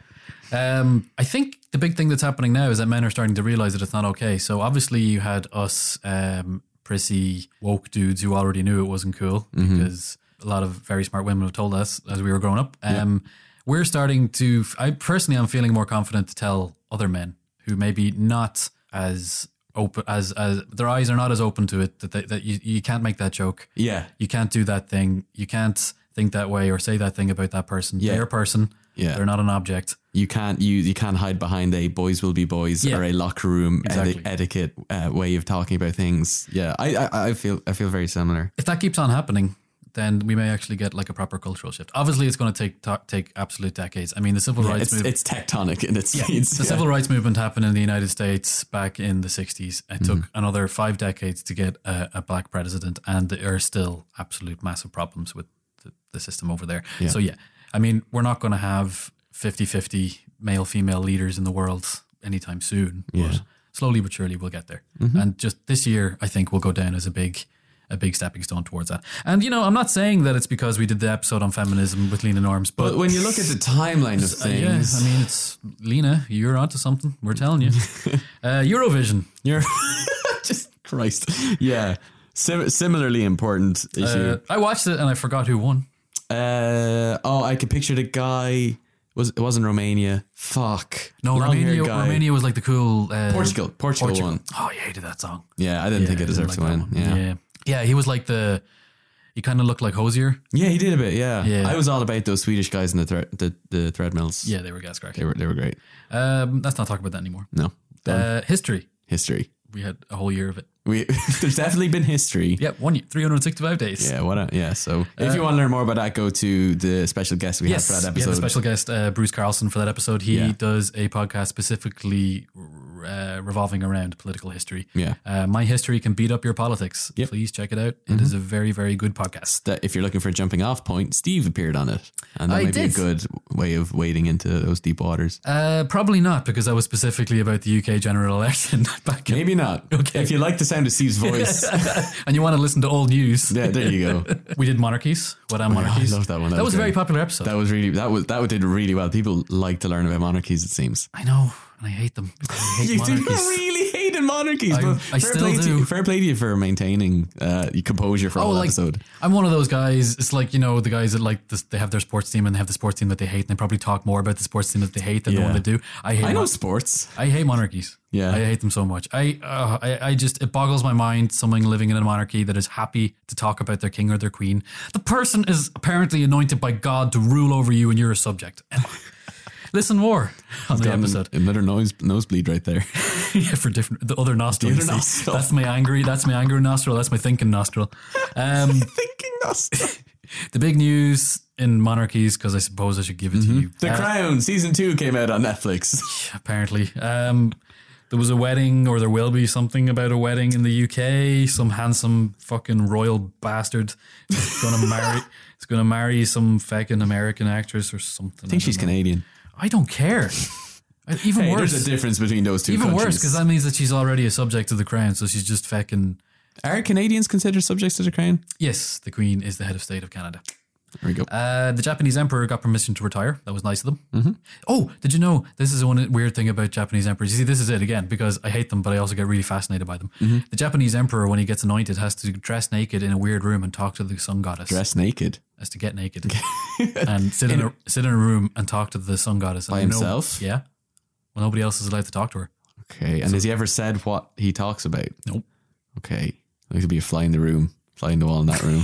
Speaker 2: Um, I think the big thing that's happening now is that men are starting to realize that it's not okay. So obviously, you had us um, prissy woke dudes who already knew it wasn't cool because a lot of very smart women have told us as we were growing up. Um, We're starting to. I personally, I'm feeling more confident to tell other men who maybe not as open as as their eyes are not as open to it that they, that you, you can't make that joke.
Speaker 1: yeah,
Speaker 2: You can't do that thing. You can't think that way or say that thing about that person. They're a person.
Speaker 1: Yeah.
Speaker 2: They're not an object.
Speaker 1: you can't you you can't hide behind a boys will be boys
Speaker 2: Yeah.
Speaker 1: or a locker room eti-
Speaker 2: Exactly.
Speaker 1: etiquette uh, way of talking about things. Yeah, I, I I feel I feel very similar.
Speaker 2: if that keeps on happening, then we may actually get like a proper cultural shift. Obviously, it's going to take ta- take absolute decades. I mean, the civil rights
Speaker 1: It's
Speaker 2: movement.
Speaker 1: it's tectonic in its speeds.
Speaker 2: the
Speaker 1: Yeah.
Speaker 2: civil rights movement happened in the United States back in the 60s. It took another five decades to get a, a black president, and there are still absolute massive problems with the, the system over there. So, yeah, I mean, we're not going to have 50 50 male female leaders in the world anytime soon, but slowly but surely we'll get there. And just this year, I think we'll go down as a big. A big stepping stone towards that, and you know, I'm not saying that it's because we did the episode on feminism with Lena Norms, but,
Speaker 1: But when you look at the timeline of
Speaker 2: uh, yeah,
Speaker 1: things,
Speaker 2: I mean, it's Lena. You're onto something. We're telling you. Uh, Eurovision.
Speaker 1: you're just Christ. Yeah, Sim- similarly important issue.
Speaker 2: Uh, I watched it and I forgot who won.
Speaker 1: Uh, oh, I could picture the guy. Was it wasn't Romania? Fuck.
Speaker 2: No,
Speaker 1: Long-haired
Speaker 2: Romania.
Speaker 1: guy.
Speaker 2: Romania was like the cool uh,
Speaker 1: Portugal. Portugal. won.
Speaker 2: Oh, yeah, I hated that song.
Speaker 1: Yeah, I didn't think
Speaker 2: Yeah,
Speaker 1: it deserved
Speaker 2: like
Speaker 1: to
Speaker 2: that
Speaker 1: win.
Speaker 2: one.
Speaker 1: Yeah. yeah,
Speaker 2: yeah, Yeah, He was like the. He kind of looked like Hosier.
Speaker 1: he did a bit. Yeah.
Speaker 2: Yeah.
Speaker 1: I was all about those Swedish guys in the thre- the, the treadmills.
Speaker 2: Yeah, they were gas crack.
Speaker 1: they were they were great.
Speaker 2: Um, let's not talk about that anymore.
Speaker 1: No, Done.
Speaker 2: Uh, history.
Speaker 1: history.
Speaker 2: We had a whole year of it.
Speaker 1: We there's definitely been history.
Speaker 2: Yeah, one year, 365 days.
Speaker 1: Yeah, what? A, yeah. So if you want to learn more about that, go to the special guest we
Speaker 2: Yes,
Speaker 1: had for that
Speaker 2: we had
Speaker 1: episode.
Speaker 2: a special guest, uh, Bruce Carlson, for that episode. He
Speaker 1: Yeah.
Speaker 2: does a podcast specifically uh, revolving around political history.
Speaker 1: yeah.
Speaker 2: Uh, My History Can Beat Up Your Politics.
Speaker 1: Yep. Mm-hmm.
Speaker 2: Please check it out. It is a very, very good podcast.
Speaker 1: That if you're looking for a jumping off point, Steve appeared on it, and that
Speaker 2: I
Speaker 1: might be a
Speaker 2: did.
Speaker 1: good way of wading into those deep waters.
Speaker 2: Uh, probably not, because I was specifically about the UK general election back in.
Speaker 1: Maybe not.
Speaker 2: Okay.
Speaker 1: If you like the sound of Steve's voice,
Speaker 2: and you want to listen to old news.
Speaker 1: yeah, there you go.
Speaker 2: We did monarchies. What are monarchies?
Speaker 1: love that one. That
Speaker 2: That
Speaker 1: was
Speaker 2: was a very
Speaker 1: good.
Speaker 2: popular episode.
Speaker 1: That was really that was that did really well. People like to learn about monarchies. It seems
Speaker 2: I know, and I hate them. I hate
Speaker 1: you do
Speaker 2: monarchies.
Speaker 1: really hated monarchies,
Speaker 2: I-
Speaker 1: but fair
Speaker 2: I still
Speaker 1: play To
Speaker 2: do.
Speaker 1: you, fair play to you for maintaining uh, your composure for all
Speaker 2: Oh, like
Speaker 1: episode.
Speaker 2: I'm one of those guys. It's like you know the guys that like this, they have their sports team and they have the sports team that they hate, and they probably talk more about the sports team that they hate than the
Speaker 1: Yeah.
Speaker 2: one they do. I hate.
Speaker 1: I know
Speaker 2: mon-
Speaker 1: sports.
Speaker 2: I hate monarchies.
Speaker 1: Yeah.
Speaker 2: I hate them so much. I, uh, I I just it boggles my mind someone living in a monarchy that is happy to talk about their king or their queen. The person is apparently anointed by God to rule over you, and you're a subject. Listen more on the
Speaker 1: Got an-
Speaker 2: episode
Speaker 1: Another nose nosebleed right there.
Speaker 2: yeah, for different the other nostril.
Speaker 1: The
Speaker 2: you
Speaker 1: other
Speaker 2: see.
Speaker 1: nostril.
Speaker 2: That's my angry. That's my angry nostril. That's my thinking nostril. Um,
Speaker 1: Thinking nostril.
Speaker 2: the big news in monarchies, because I suppose I should give it to you.
Speaker 1: Mm-hmm. The
Speaker 2: Uh,
Speaker 1: Crown season two came out on Netflix.
Speaker 2: apparently, um, there was a wedding, or there will be something about a wedding in the UK. Some handsome fucking royal bastard is going to marry. Is going to marry some fucking American actress or
Speaker 1: I
Speaker 2: something.
Speaker 1: think she's Canadian.
Speaker 2: I don't care. I- Even
Speaker 1: Hey,
Speaker 2: worse.
Speaker 1: there's a difference between those two.
Speaker 2: even worse,
Speaker 1: countries.
Speaker 2: because that means that she's already a subject of the crown, so she's just fucking.
Speaker 1: are Canadians considered subjects to the Crown?
Speaker 2: Yes, the Queen is the head of state of Canada.
Speaker 1: There we go.
Speaker 2: Uh, the Japanese emperor got permission to retire. That was nice of them. Mm-hmm. Oh, did you know this is one weird thing about Japanese emperors? You see, this is it again because I hate them, but I also get really fascinated by them.
Speaker 1: Mm-hmm.
Speaker 2: The Japanese emperor, when he gets anointed, has to dress naked in a weird room and talk to the sun goddess.
Speaker 1: Dress naked.
Speaker 2: Has to get naked and sit in, a sit in a room and talk to the sun goddess and
Speaker 1: By
Speaker 2: you know-
Speaker 1: himself?
Speaker 2: yeah. Well, nobody else is allowed to talk to her.
Speaker 1: Okay. And has he ever said what he talks about?
Speaker 2: Nope.
Speaker 1: Okay. There could be a fly in the room, fly in the wall in that room.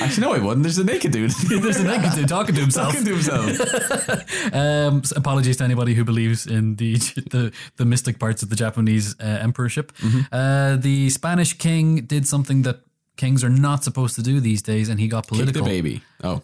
Speaker 1: Actually, no, I wouldn't. There's a naked dude.
Speaker 2: There's a naked dude talking to himself.
Speaker 1: talking to himself.
Speaker 2: Um, s- apologies to anybody who believes in the the, the mystic parts of the Japanese uh, emperorship. Uh, the Spanish king did something that kings are not supposed to do these days, and he got
Speaker 1: Kick the
Speaker 2: political.
Speaker 1: baby. Oh,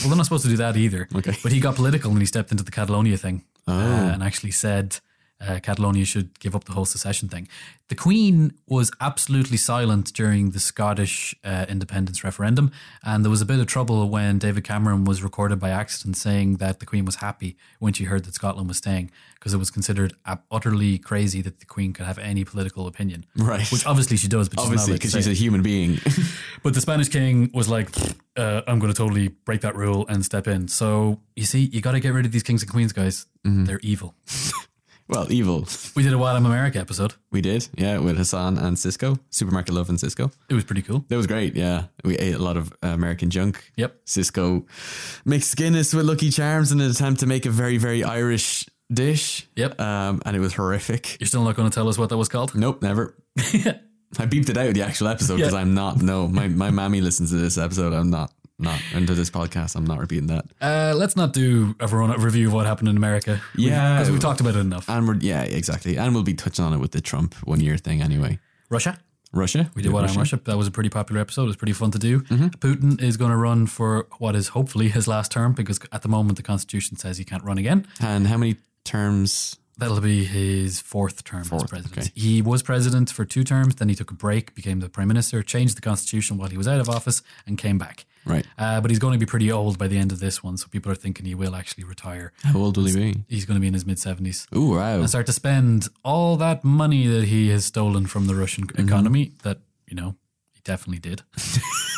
Speaker 2: Well, they're not supposed to do that either.
Speaker 1: Okay. Oh.
Speaker 2: But he got political and he stepped into the Catalonia thing uh, and actually said uh, Catalonia should give up the whole secession thing. The Queen was absolutely silent during the Scottish uh, independence referendum. And there was a bit of trouble when David Cameron was recorded by accident saying that the Queen was happy when she heard that Scotland was staying because it was considered ab- utterly crazy that the Queen could have any political opinion.
Speaker 1: Right.
Speaker 2: Which obviously she does, but she's not
Speaker 1: obviously,
Speaker 2: allowed to
Speaker 1: because
Speaker 2: say
Speaker 1: she's
Speaker 2: it.
Speaker 1: a human being.
Speaker 2: But the Spanish king was like, uh, I'm going to totally break that rule and step in. So you see, you got to get rid of these kings and queens, guys.
Speaker 1: Mm-hmm.
Speaker 2: They're evil.
Speaker 1: well, evil.
Speaker 2: We did a Wild I'm America episode.
Speaker 1: We did. Yeah, with Hassan and Cisco. Supermarket Love and Cisco.
Speaker 2: It was pretty cool.
Speaker 1: That was great. Yeah. We ate a lot of uh, American junk.
Speaker 2: Yep.
Speaker 1: Cisco mixed Guinness with Lucky Charms in an attempt to make a very, very Irish dish.
Speaker 2: Yep.
Speaker 1: Um, and it was horrific.
Speaker 2: You're still not going to tell us what that was called?
Speaker 1: Nope, never. I beeped it out of the actual episode because
Speaker 2: Yeah.
Speaker 1: I'm not. No, my my mammy listens to this episode. I'm not not into this podcast. I'm not repeating that.
Speaker 2: Uh, let's not do a run- a review of what happened in America.
Speaker 1: Yeah. Uh,
Speaker 2: Because we talked about it enough.
Speaker 1: And we're yeah, exactly. And we'll be touching on it with the Trump one year thing anyway.
Speaker 2: Russia.
Speaker 1: Russia. Mm-hmm.
Speaker 2: We did what I'm worship. That was a pretty popular episode. It was pretty fun to do. Putin is going to run for what is hopefully his last term because at the moment the constitution says he can't run again.
Speaker 1: And how many terms?
Speaker 2: That'll be his fourth term as
Speaker 1: Fourth,
Speaker 2: president.
Speaker 1: okay.
Speaker 2: He was president for two terms, then he took a break, became the prime minister, changed the constitution while he was out of office, and came back.
Speaker 1: Right.
Speaker 2: Uh, but he's going to be pretty old by the end of this one, so people are thinking he will actually retire.
Speaker 1: How old will he be?
Speaker 2: He's going to be in his mid 70s
Speaker 1: Ooh, wow.
Speaker 2: and start to spend all that money that he has stolen from the Russian economy that, you know, he definitely did.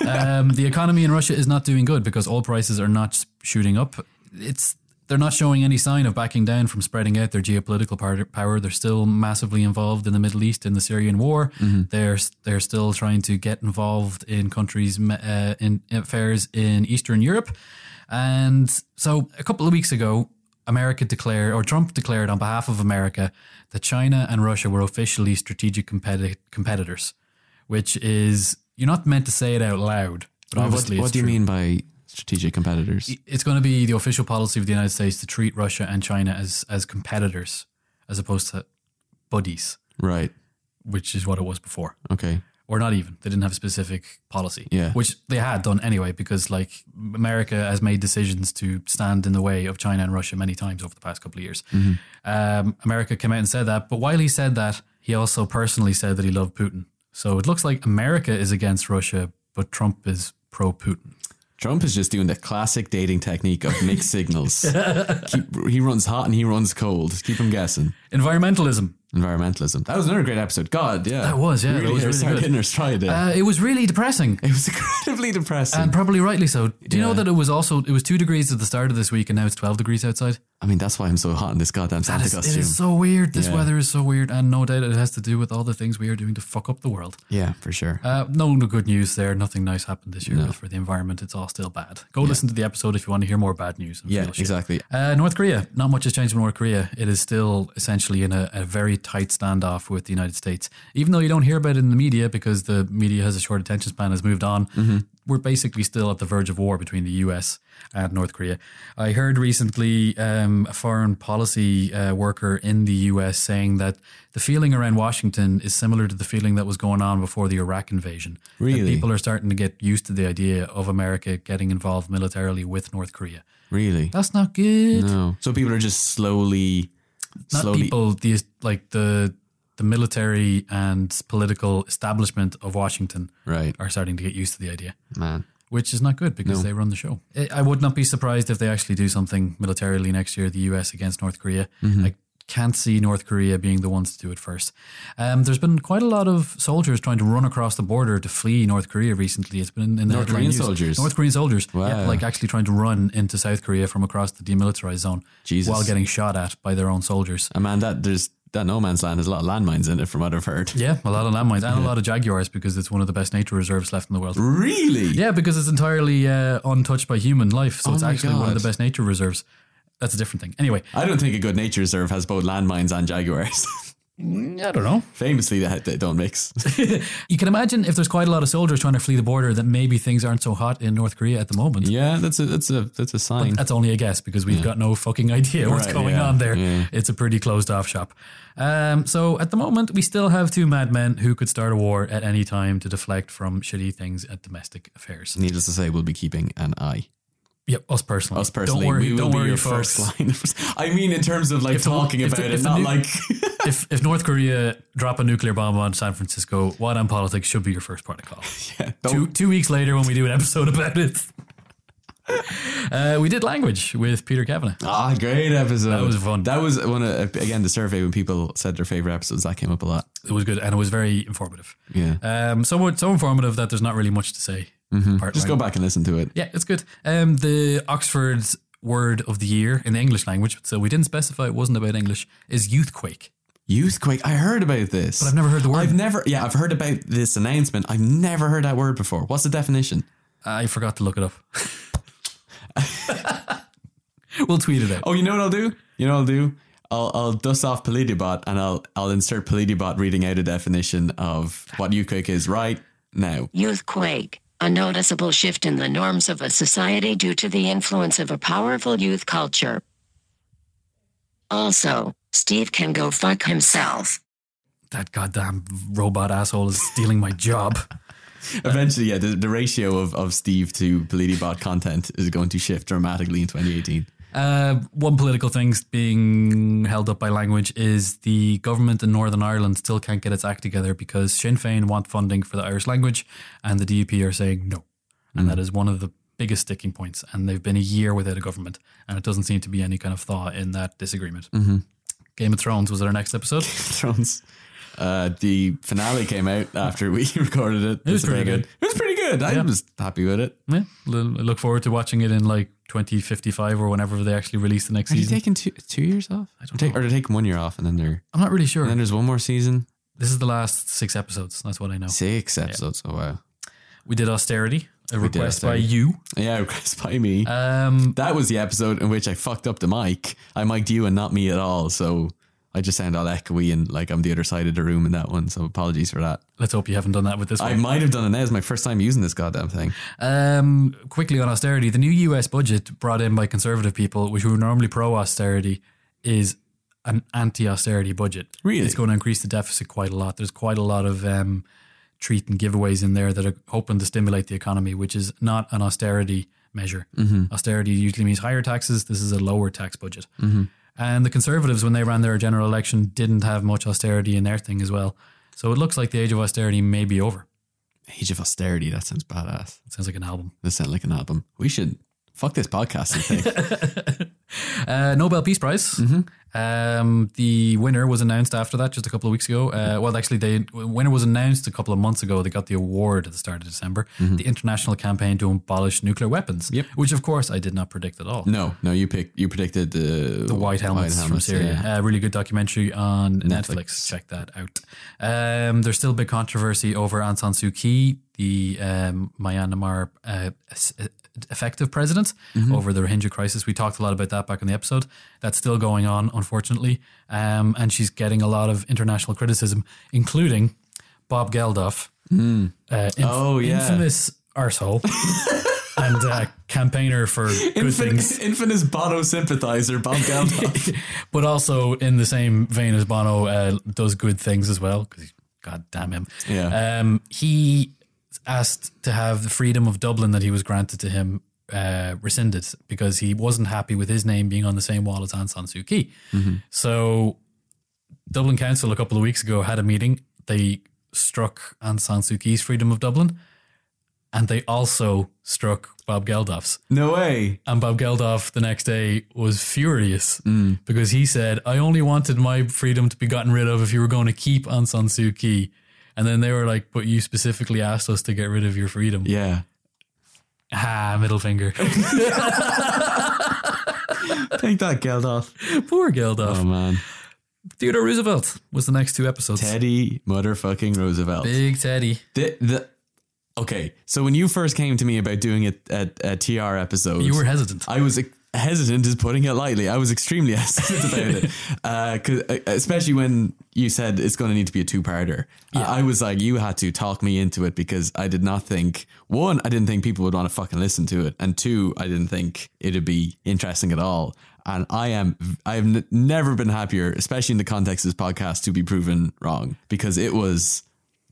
Speaker 2: um, the economy in Russia is not doing good because oil prices are not s- shooting up. It's they're not showing any sign of backing down from spreading out their geopolitical par- power. They're still massively involved in the Middle East in the Syrian war. They're s- they're still trying to get involved in countries m- uh, in in affairs in Eastern Europe. And so a couple of weeks ago, America declared, or Trump declared on behalf of America, that China and Russia were officially strategic competi- competitors, which is, you're not meant to say it out loud, but
Speaker 1: What-
Speaker 2: obviously
Speaker 1: what
Speaker 2: it's
Speaker 1: do you
Speaker 2: true.
Speaker 1: mean by strategic competitors?
Speaker 2: It's going to be the official policy of the United States to treat Russia and China as, as competitors as opposed to buddies,
Speaker 1: Right.
Speaker 2: which is what it was before.
Speaker 1: Okay.
Speaker 2: or not even they didn't have a specific policy
Speaker 1: Yeah.
Speaker 2: which they had done anyway because like america has made decisions to stand in the way of china and russia many times over the past couple of years
Speaker 1: Mm-hmm.
Speaker 2: um, america came out and said that but while he said that he also personally said that he loved putin so it looks like america is against russia but trump is pro putin
Speaker 1: Trump is just doing the classic dating technique of mixed signals. Keep, he runs hot and he runs cold. Keep him guessing.
Speaker 2: environmentalism
Speaker 1: Environmentalism. That was another great episode. God, yeah.
Speaker 2: That was, yeah,
Speaker 1: We
Speaker 2: that
Speaker 1: really
Speaker 2: was
Speaker 1: hit-
Speaker 2: really
Speaker 1: started
Speaker 2: good.
Speaker 1: hitting our stride there.
Speaker 2: uh, it was really depressing
Speaker 1: it was incredibly depressing.
Speaker 2: and probably rightly so do you know
Speaker 1: Yeah.
Speaker 2: that it was also it was two degrees at the start of this week and now it's 12 degrees outside
Speaker 1: I mean, that's why I'm so hot in this goddamn Santa
Speaker 2: It's-
Speaker 1: costume.
Speaker 2: It is so weird. This
Speaker 1: Yeah.
Speaker 2: weather is so weird, and no doubt it has to do with all the things we are doing to fuck up the world.
Speaker 1: yeah, for sure.
Speaker 2: Uh, no, no good news there. Nothing nice happened this year for the environment. It's all still bad. Go listen to the episode if you want to hear more bad news. And
Speaker 1: yeah,
Speaker 2: feel shit.
Speaker 1: exactly.
Speaker 2: Uh, North Korea. Not much has changed with North Korea. It is still essentially in a, a very tight standoff with the United States. Even though you don't hear about it in the media because the media has a short attention span, has moved on.
Speaker 1: Mm-hmm.
Speaker 2: We're basically still at the verge of war between the U.S. and North Korea. I heard recently um, a foreign policy uh, worker in the U.S. saying that the feeling around Washington is similar to the feeling that was going on before the Iraq invasion. That
Speaker 1: Really?
Speaker 2: people are starting to get used to the idea of America getting involved militarily with North Korea.
Speaker 1: Really?
Speaker 2: That's not good
Speaker 1: No. So people are just slowly,
Speaker 2: not
Speaker 1: slowly.
Speaker 2: people the like the the military and political establishment of Washington
Speaker 1: Right,
Speaker 2: are starting to get used to the idea,
Speaker 1: man.
Speaker 2: which is not good because they run the show. I- I would not be surprised if they actually do something militarily next year, the U.S. against North Korea.
Speaker 1: Mm-hmm.
Speaker 2: I can't see North Korea being the ones to do it first. Um, there's been quite a lot of soldiers trying to run across the border to flee North Korea recently. It's been in, in the
Speaker 1: North
Speaker 2: headline
Speaker 1: Korean
Speaker 2: news.
Speaker 1: soldiers?
Speaker 2: North Korean soldiers, yeah,
Speaker 1: Wow.
Speaker 2: like actually trying to run into South Korea from across the demilitarized zone
Speaker 1: Jesus.
Speaker 2: while getting shot at by their own soldiers.
Speaker 1: And man, that there's that no man's land has a lot of landmines in it, from what I've heard.
Speaker 2: Yeah, a lot of landmines and a lot of jaguars because it's one of the best nature reserves left in the world.
Speaker 1: Really?
Speaker 2: Yeah, because it's entirely uh, untouched by human life, so
Speaker 1: Oh
Speaker 2: it's
Speaker 1: my
Speaker 2: actually one of
Speaker 1: God.
Speaker 2: the best nature reserves. That's a different thing. Anyway,
Speaker 1: I don't think a good nature reserve has both landmines and jaguars.
Speaker 2: I don't know.
Speaker 1: Famously, they, they don't mix.
Speaker 2: You can imagine if there's quite a lot of soldiers trying to flee the border that maybe things aren't so hot in North Korea at the moment.
Speaker 1: yeah, that's a that's a that's a sign.
Speaker 2: That's only a guess because we've got no fucking idea what's
Speaker 1: Right,
Speaker 2: going
Speaker 1: yeah,
Speaker 2: on there.
Speaker 1: yeah.
Speaker 2: It's a pretty closed off shop. Um, so at the moment, we still have two madmen who could start a war at any time to deflect from shitty things at domestic affairs.
Speaker 1: Needless to say, we'll be keeping an eye.
Speaker 2: Yep, us personally.
Speaker 1: Us personally,
Speaker 2: don't worry,
Speaker 1: we will
Speaker 2: don't
Speaker 1: be
Speaker 2: worry,
Speaker 1: your
Speaker 2: folks.
Speaker 1: first line. of- I mean, in terms of like
Speaker 2: the-
Speaker 1: talking
Speaker 2: if the-
Speaker 1: about
Speaker 2: if
Speaker 1: it,
Speaker 2: the
Speaker 1: not
Speaker 2: new-
Speaker 1: like
Speaker 2: if if North Korea drop a nuclear bomb on San Francisco, what on politics should be your first part of call.
Speaker 1: don't-
Speaker 2: two two weeks later when we do an episode about it. Uh, we did language with Peter Kavanagh.
Speaker 1: ah, great episode. That
Speaker 2: was fun.
Speaker 1: That was one of again the survey when people said their favorite episodes. That came up a lot.
Speaker 2: It was good and it was very informative.
Speaker 1: Yeah,
Speaker 2: Um, so much- so informative that there's not really much to say. Part
Speaker 1: Mm-hmm. just
Speaker 2: language.
Speaker 1: go back and listen to it.
Speaker 2: Yeah, it's good. Um, the Oxford's word of the year in the English language, so we didn't specify it wasn't about English, is youthquake.
Speaker 1: Youthquake. I heard about this, but
Speaker 2: I've never heard the word.
Speaker 1: I've never. Yeah, I've heard about this announcement. I've never heard that word before. What's the definition?
Speaker 2: I forgot to look it up. we'll tweet it out.
Speaker 1: Oh, you know what I'll do? You know what I'll do? I'll, I'll dust off Polydibot and I'll I'll insert Polydibot reading out a definition of what Youthquake is right now.
Speaker 3: Youthquake, a noticeable shift in the norms of a society due to the influence of a powerful youth culture. Also, Steve can go fuck himself.
Speaker 2: that goddamn robot asshole is stealing my job.
Speaker 1: Eventually, yeah, the, the ratio of, of Steve to Polydibot content is going to shift dramatically in 2018.
Speaker 2: Uh, one political thing being held up by language is the government in Northern Ireland still can't get its act together because Sinn Féin want funding for the Irish language and the DUP are saying no. And that is one of the biggest sticking points. And they've been a year without a government and it doesn't seem to be any kind of thaw in that disagreement. Game of Thrones was our next episode.
Speaker 1: Thrones. Uh, the finale came out after we recorded it. It
Speaker 2: was pretty good.
Speaker 1: It was pretty good. I was happy with it.
Speaker 2: yeah, l- I look forward to watching it in like 2055 or whenever they actually release the next
Speaker 1: Are you
Speaker 2: season.
Speaker 1: taking two, two years off? I don't take, Or they're taking one year off and then they're,
Speaker 2: I'm not really sure.
Speaker 1: and then there's one more season.
Speaker 2: This is the last six episodes. That's what I know.
Speaker 1: Six episodes. Oh, wow.
Speaker 2: We did austerity, a
Speaker 1: did
Speaker 2: request by
Speaker 1: ourselves.
Speaker 2: you.
Speaker 1: Yeah, request by me.
Speaker 2: Um,
Speaker 1: that was the episode in which I fucked up the mic. I mic'd you and not me at all. So I just sound all echoey and like I'm the other side of the room in that one. So apologies for that.
Speaker 2: let's hope you haven't done that with this
Speaker 1: I
Speaker 2: one.
Speaker 1: might have done it now. It's my first time using this goddamn thing.
Speaker 2: Um, quickly on austerity, the new US budget brought in by conservative people, which were normally pro austerity, is an anti austerity budget.
Speaker 1: Really?
Speaker 2: It's going to increase the deficit quite a lot. There's quite a lot of um, treat and giveaways in there that are hoping to stimulate the economy, which is not an austerity measure. Austerity usually means higher taxes. This is a lower tax budget.
Speaker 1: Mm-hmm.
Speaker 2: And the Conservatives, when they ran their general election, didn't have much austerity in their thing as well. So it looks like the age of austerity may be over.
Speaker 1: Age of austerity. That sounds badass.
Speaker 2: It sounds like an album.
Speaker 1: That sounds like an album. We should fuck this podcasting thing.
Speaker 2: Uh, Nobel Peace Prize.
Speaker 1: Mm-hmm.
Speaker 2: Um, the winner was announced after that, just a couple of weeks ago. Uh, well, actually, the winner was announced a couple of months ago. They got the award at the start of December. The international campaign to abolish nuclear weapons,
Speaker 1: Mm-hmm. Yep.
Speaker 2: which of course I did not predict at all.
Speaker 1: no, no, you picked. You predicted the
Speaker 2: The White Helmets, from Syria.
Speaker 1: yeah.
Speaker 2: A really good documentary on Netflix.
Speaker 1: Netflix.
Speaker 2: Check that out. Um, there's still big controversy over Aung San Suu Kyi, the um, Myanmar uh, s- uh, effective president,
Speaker 1: Mm-hmm.
Speaker 2: over the Rohingya crisis. We talked a lot about that back in the episode. That's still going on, unfortunately. Um, and she's getting a lot of international criticism, including Bob Geldof, uh, inf-
Speaker 1: Oh, yeah.
Speaker 2: infamous arsehole. and uh, campaigner for good things
Speaker 1: Infin- Infamous Bono sympathizer, Bob Geldof.
Speaker 2: but also in the same vein as Bono uh, does good things as well because God damn him.
Speaker 1: Yeah.
Speaker 2: Um, he asked to have the freedom of Dublin that he was granted to him uh, rescinded because he wasn't happy with his name being on the same wall as Aung San Suu Kyi. So Dublin Council a couple of weeks ago had a meeting. They struck Aung San Suu Kyi's freedom of Dublin. And they also struck Bob Geldof's.
Speaker 1: no way.
Speaker 2: And Bob Geldof the next day was furious because he said, I only wanted my freedom to be gotten rid of if you were going to keep Aung San Suu Kyi. And then they were like, But you specifically asked us to get rid of your freedom.
Speaker 1: Yeah.
Speaker 2: Ah, middle finger.
Speaker 1: Take that, Geldof.
Speaker 2: Poor Geldof.
Speaker 1: Oh, man.
Speaker 2: Theodore Roosevelt was the next two episodes.
Speaker 1: Teddy motherfucking Roosevelt.
Speaker 2: Big Teddy.
Speaker 1: The, the, okay, so when you first came to me about doing it at a TR episode,
Speaker 2: You were hesitant.
Speaker 1: I was ex- hesitant, is putting it lightly. I was extremely hesitant about it, uh, 'cause- uh, especially when you said it's going to need to be a two-parter. I I was like, you had to talk me into it because I did not think one, I didn't think people would want to fucking listen to it, and two, I didn't think it'd be interesting at all. And I am, I have n- never been happier, especially in the context of this podcast, to be proven wrong because it was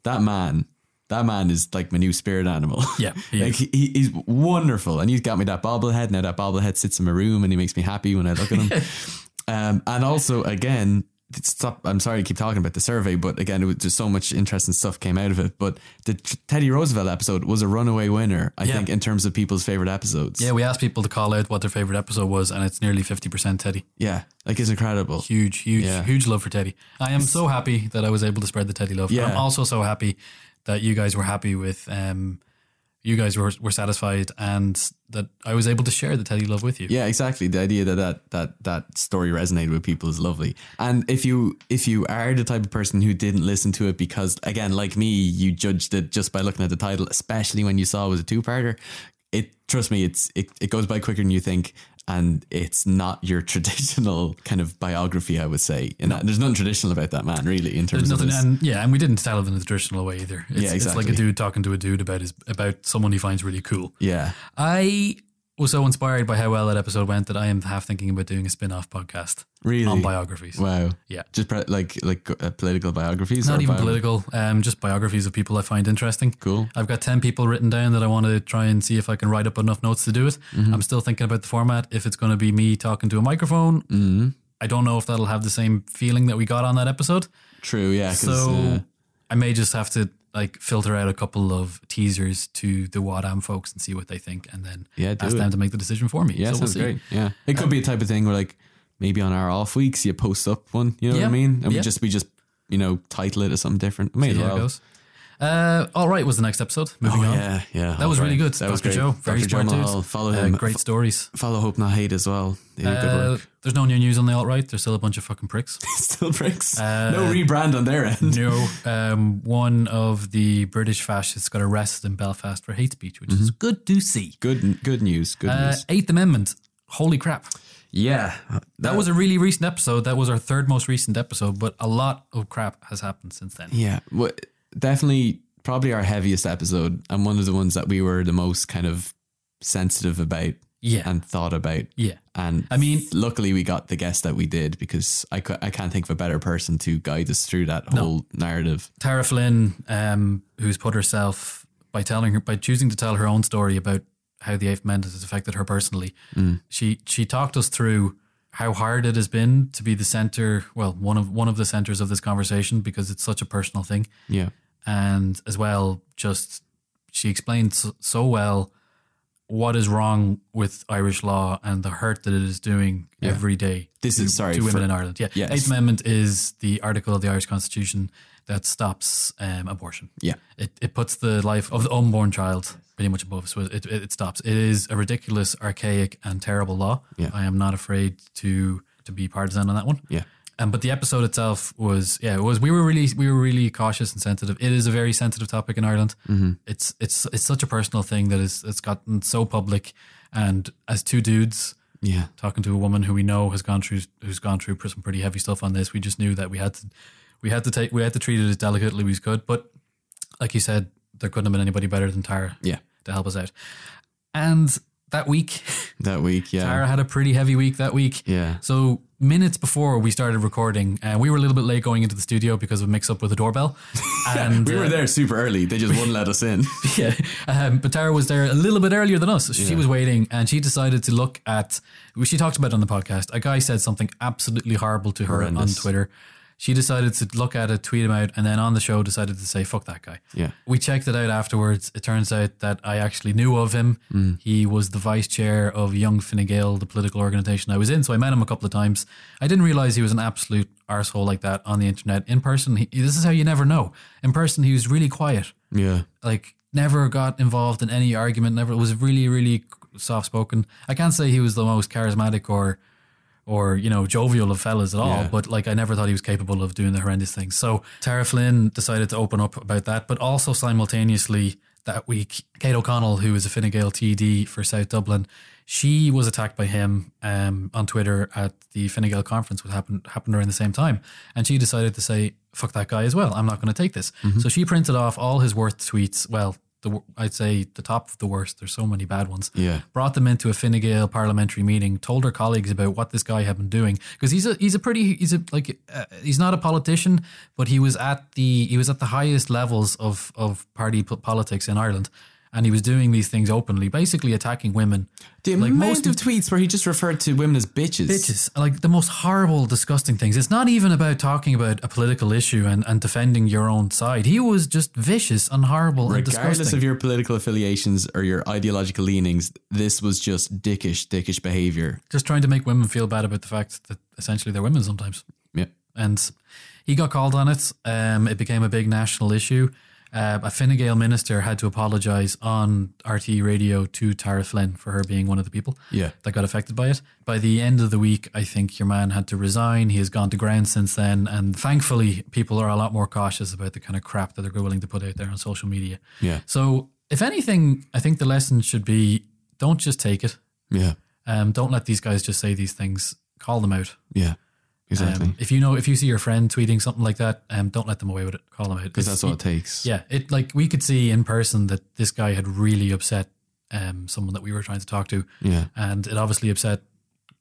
Speaker 1: that man. That man is like my new spirit animal.
Speaker 2: Yeah, he
Speaker 1: like
Speaker 2: is.
Speaker 1: he, he- he's wonderful, and he's got me that bobblehead. Now that bobblehead sits in my room, and he makes me happy when I look at him. um, and also, again, stop. I'm sorry to keep talking about the survey, but again, it was just so much interesting stuff came out of it. But the T- Teddy Roosevelt episode was a runaway winner, I
Speaker 2: Yeah.
Speaker 1: think, in terms of people's favorite episodes.
Speaker 2: Yeah, we asked people to call out what their favorite episode was, and it's nearly 50% Teddy.
Speaker 1: yeah, like it's incredible.
Speaker 2: Huge, huge,
Speaker 1: Yeah.
Speaker 2: huge love for Teddy. I am so happy that I was able to spread the Teddy love.
Speaker 1: Yeah.
Speaker 2: I'm also so happy that you guys were happy with, um, you guys were, were satisfied and that I was able to share the Teddy love with you.
Speaker 1: Yeah, exactly. The idea that, that that that story resonated with people is lovely. And if you if you are the type of person who didn't listen to it because again, like me, you judged it just by looking at the title, especially when you saw it was a two parter. It trust me, it's it, it goes by quicker than you think. And it's not your traditional kind of biography, I would say. And that, there's nothing traditional about that man, really, in terms
Speaker 2: There's
Speaker 1: of
Speaker 2: nothing,
Speaker 1: his-
Speaker 2: and yeah, and we didn't tell it in the traditional way either. It's,
Speaker 1: Yeah,
Speaker 2: it's like
Speaker 1: exactly.
Speaker 2: a dude talking to a dude about his about someone he finds really cool.
Speaker 1: yeah.
Speaker 2: I was so inspired by how well that episode went that I am half thinking about doing a spin off podcast
Speaker 1: Really?
Speaker 2: on biographies.
Speaker 1: Wow.
Speaker 2: Yeah.
Speaker 1: Just pre- like like uh, political biographies.
Speaker 2: Not
Speaker 1: or
Speaker 2: even
Speaker 1: bio-
Speaker 2: political, um, just biographies of people I find interesting.
Speaker 1: Cool.
Speaker 2: I've got 10 people written down that I want to try and see if I can write up enough notes to do it.
Speaker 1: Mm-hmm.
Speaker 2: I'm still thinking about the format. If it's going to be me talking to a microphone,
Speaker 1: Mm-hmm.
Speaker 2: I don't know if that'll have the same feeling that we got on that episode.
Speaker 1: True. Yeah. 'cause,
Speaker 2: So
Speaker 1: uh,
Speaker 2: I may just have to like filter out a couple of teasers to the Wadam folks and see what they think and then
Speaker 1: Yeah, do
Speaker 2: ask
Speaker 1: it.
Speaker 2: them to make the decision for me.
Speaker 1: Yeah,
Speaker 2: so we'll
Speaker 1: sounds
Speaker 2: see.
Speaker 1: great. Yeah, it could be a type of thing where like maybe on our off weeks you post up one. You know
Speaker 2: Yeah,
Speaker 1: what I mean? And we
Speaker 2: yeah.
Speaker 1: just we just you know title it as something different. May as
Speaker 2: Yeah, it
Speaker 1: well. Oh,
Speaker 2: goes. Uh, All right was the next episode. Moving on.
Speaker 1: yeah, yeah.
Speaker 2: That was
Speaker 1: Albright.
Speaker 2: really good.
Speaker 1: That
Speaker 2: Dr.
Speaker 1: was great.
Speaker 2: Joe, very
Speaker 1: Dr. Joe
Speaker 2: smart dude.
Speaker 1: Mahal, follow
Speaker 2: Uh,
Speaker 1: him.
Speaker 2: great stories.
Speaker 1: Follow Hope Not Hate as well. They do good
Speaker 2: Uh,
Speaker 1: work.
Speaker 2: there's no new news on the alt right. They're still a bunch of fucking pricks.
Speaker 1: Still bricks. no rebrand on their end.
Speaker 2: uh, no, um, one of the British fascists got arrested in Belfast for hate speech, which
Speaker 1: Mm-hmm.
Speaker 2: is good to see.
Speaker 1: Good, good news. Good
Speaker 2: Uh,
Speaker 1: news.
Speaker 2: Eighth Amendment. Holy crap.
Speaker 1: Yeah,
Speaker 2: That was a really recent episode. That was our third most recent episode, but a lot of crap has happened since then.
Speaker 1: Yeah, well, definitely, probably our heaviest episode, and one of the ones that we were the most kind of sensitive about
Speaker 2: Yeah.
Speaker 1: and thought about.
Speaker 2: yeah.
Speaker 1: And
Speaker 2: I mean-
Speaker 1: luckily, we got the guest that we did because I cou- I can't think of a better person to guide us through that whole narrative.
Speaker 2: Tara Flynn, um, who's put herself by telling her by choosing to tell her own story about how the Eighth Amendment has affected her personally.
Speaker 1: Mm.
Speaker 2: She she talked us through how hard it has been to be the center, well, one of one of the centers of this conversation because it's such a personal thing,
Speaker 1: Yeah,
Speaker 2: and as well, just she explained so, so well what is wrong with Irish law and the hurt that it is doing every day
Speaker 1: this is sorry.
Speaker 2: to women
Speaker 1: for-
Speaker 2: in Ireland. Yeah,
Speaker 1: Yes.
Speaker 2: Eighth Amendment is the article of the Irish Constitution that stops um, abortion.
Speaker 1: yeah,
Speaker 2: It, it puts the life of the unborn child pretty much above. So it, it, it stops. It is a ridiculous, archaic, and terrible law.
Speaker 1: Yeah.
Speaker 2: I am not afraid to to be partisan on that one.
Speaker 1: yeah,
Speaker 2: Um, but the episode itself was yeah it was we were really we were really cautious and sensitive. It is a very sensitive topic in Ireland.
Speaker 1: Mm-hmm.
Speaker 2: It's it's it's such a personal thing that is it's gotten so public. And as two dudes
Speaker 1: yeah.
Speaker 2: talking to a woman who we know has gone through who's gone through some pretty heavy stuff on this. We just knew that we had to we had to take we had to treat it as delicately as we could. But like you said, there couldn't have been anybody better than Tara
Speaker 1: Yeah.
Speaker 2: to help us out. And that week,
Speaker 1: That week, yeah,
Speaker 2: Tara had a pretty heavy week that week.
Speaker 1: yeah,
Speaker 2: So minutes before we started recording, uh, we were a little bit late going into the studio because of a mix up with the doorbell. And
Speaker 1: we
Speaker 2: uh,
Speaker 1: were there super early. They just wouldn't let us in.
Speaker 2: yeah. Um, but Tara was there a little bit earlier than us. She was waiting and she decided to look at, well, she talked about it on the podcast. A guy said something absolutely horrible to her
Speaker 1: Horrendous.
Speaker 2: on Twitter. She decided to look at it, tweet him out, and then on the show decided to say, fuck that guy.
Speaker 1: Yeah.
Speaker 2: We checked it out afterwards. It turns out that I actually knew of him.
Speaker 1: Mm.
Speaker 2: He was the vice chair of Young Fine Gael, the political organization I was in. So I met him a couple of times. I didn't realize he was an absolute arsehole like that on the internet. In person, he, this is how you never know. In person, he was really quiet
Speaker 1: Yeah,
Speaker 2: like never got involved in any argument. Never was really really soft spoken. I can't say he was the most charismatic or or you know jovial of fellas at all,
Speaker 1: Yeah.
Speaker 2: but like I never thought he was capable of doing the horrendous things. So Tara Flynn decided to open up about that, but also simultaneously that week, Kate O'Connell, who is a Fine Gael TD for South Dublin, she was attacked by him um, on Twitter at the Fine Gael conference, which happened happened around the same time, and she decided to say fuck that guy as well. I'm not going to take this. So she printed off all his worst tweets. Well, the, wor- I'd say the top of the worst. There's so many bad ones
Speaker 1: yeah,
Speaker 2: brought them into a Fine Gael parliamentary meeting, told her colleagues about what this guy had been doing because he's a he's a pretty he's a like uh, he's not a politician, but he was at the he was at the highest levels of of party po- politics in Ireland, and he was doing these things openly, basically attacking women.
Speaker 1: The
Speaker 2: Like,
Speaker 1: amount
Speaker 2: most-
Speaker 1: of tweets where he just referred to women as bitches.
Speaker 2: Bitches, like the most horrible, disgusting things. It's not even about talking about a political issue and, and defending your own side. He was just vicious and horrible and
Speaker 1: regardless
Speaker 2: disgusting.
Speaker 1: of your political affiliations or your ideological leanings, this was just dickish, dickish behavior.
Speaker 2: just trying to make women feel bad about the fact that essentially they're women sometimes.
Speaker 1: Yeah,
Speaker 2: and he got called on it. Um, it became a big national issue. Uh, a Fine Gael minister had to apologise on RT radio to Tara Flynn for her being one of the people
Speaker 1: Yeah.
Speaker 2: that got affected by it. By the end of the week, I think your man had to resign. He has gone to ground since then, and thankfully, people are a lot more cautious about the kind of crap that they're willing to put out there on social media.
Speaker 1: yeah,
Speaker 2: So, if anything, I think the lesson should be: don't just take it.
Speaker 1: yeah,
Speaker 2: Um, don't let these guys just say these things. Call them out.
Speaker 1: yeah. Exactly,
Speaker 2: Um, if you know, if you see your friend tweeting something like that, um, don't let them away with it. Call them out
Speaker 1: because that's what it
Speaker 2: It's-
Speaker 1: takes.
Speaker 2: Yeah, it like we could see in person that this guy had really upset um someone that we were trying to talk to,
Speaker 1: yeah,
Speaker 2: and it obviously upset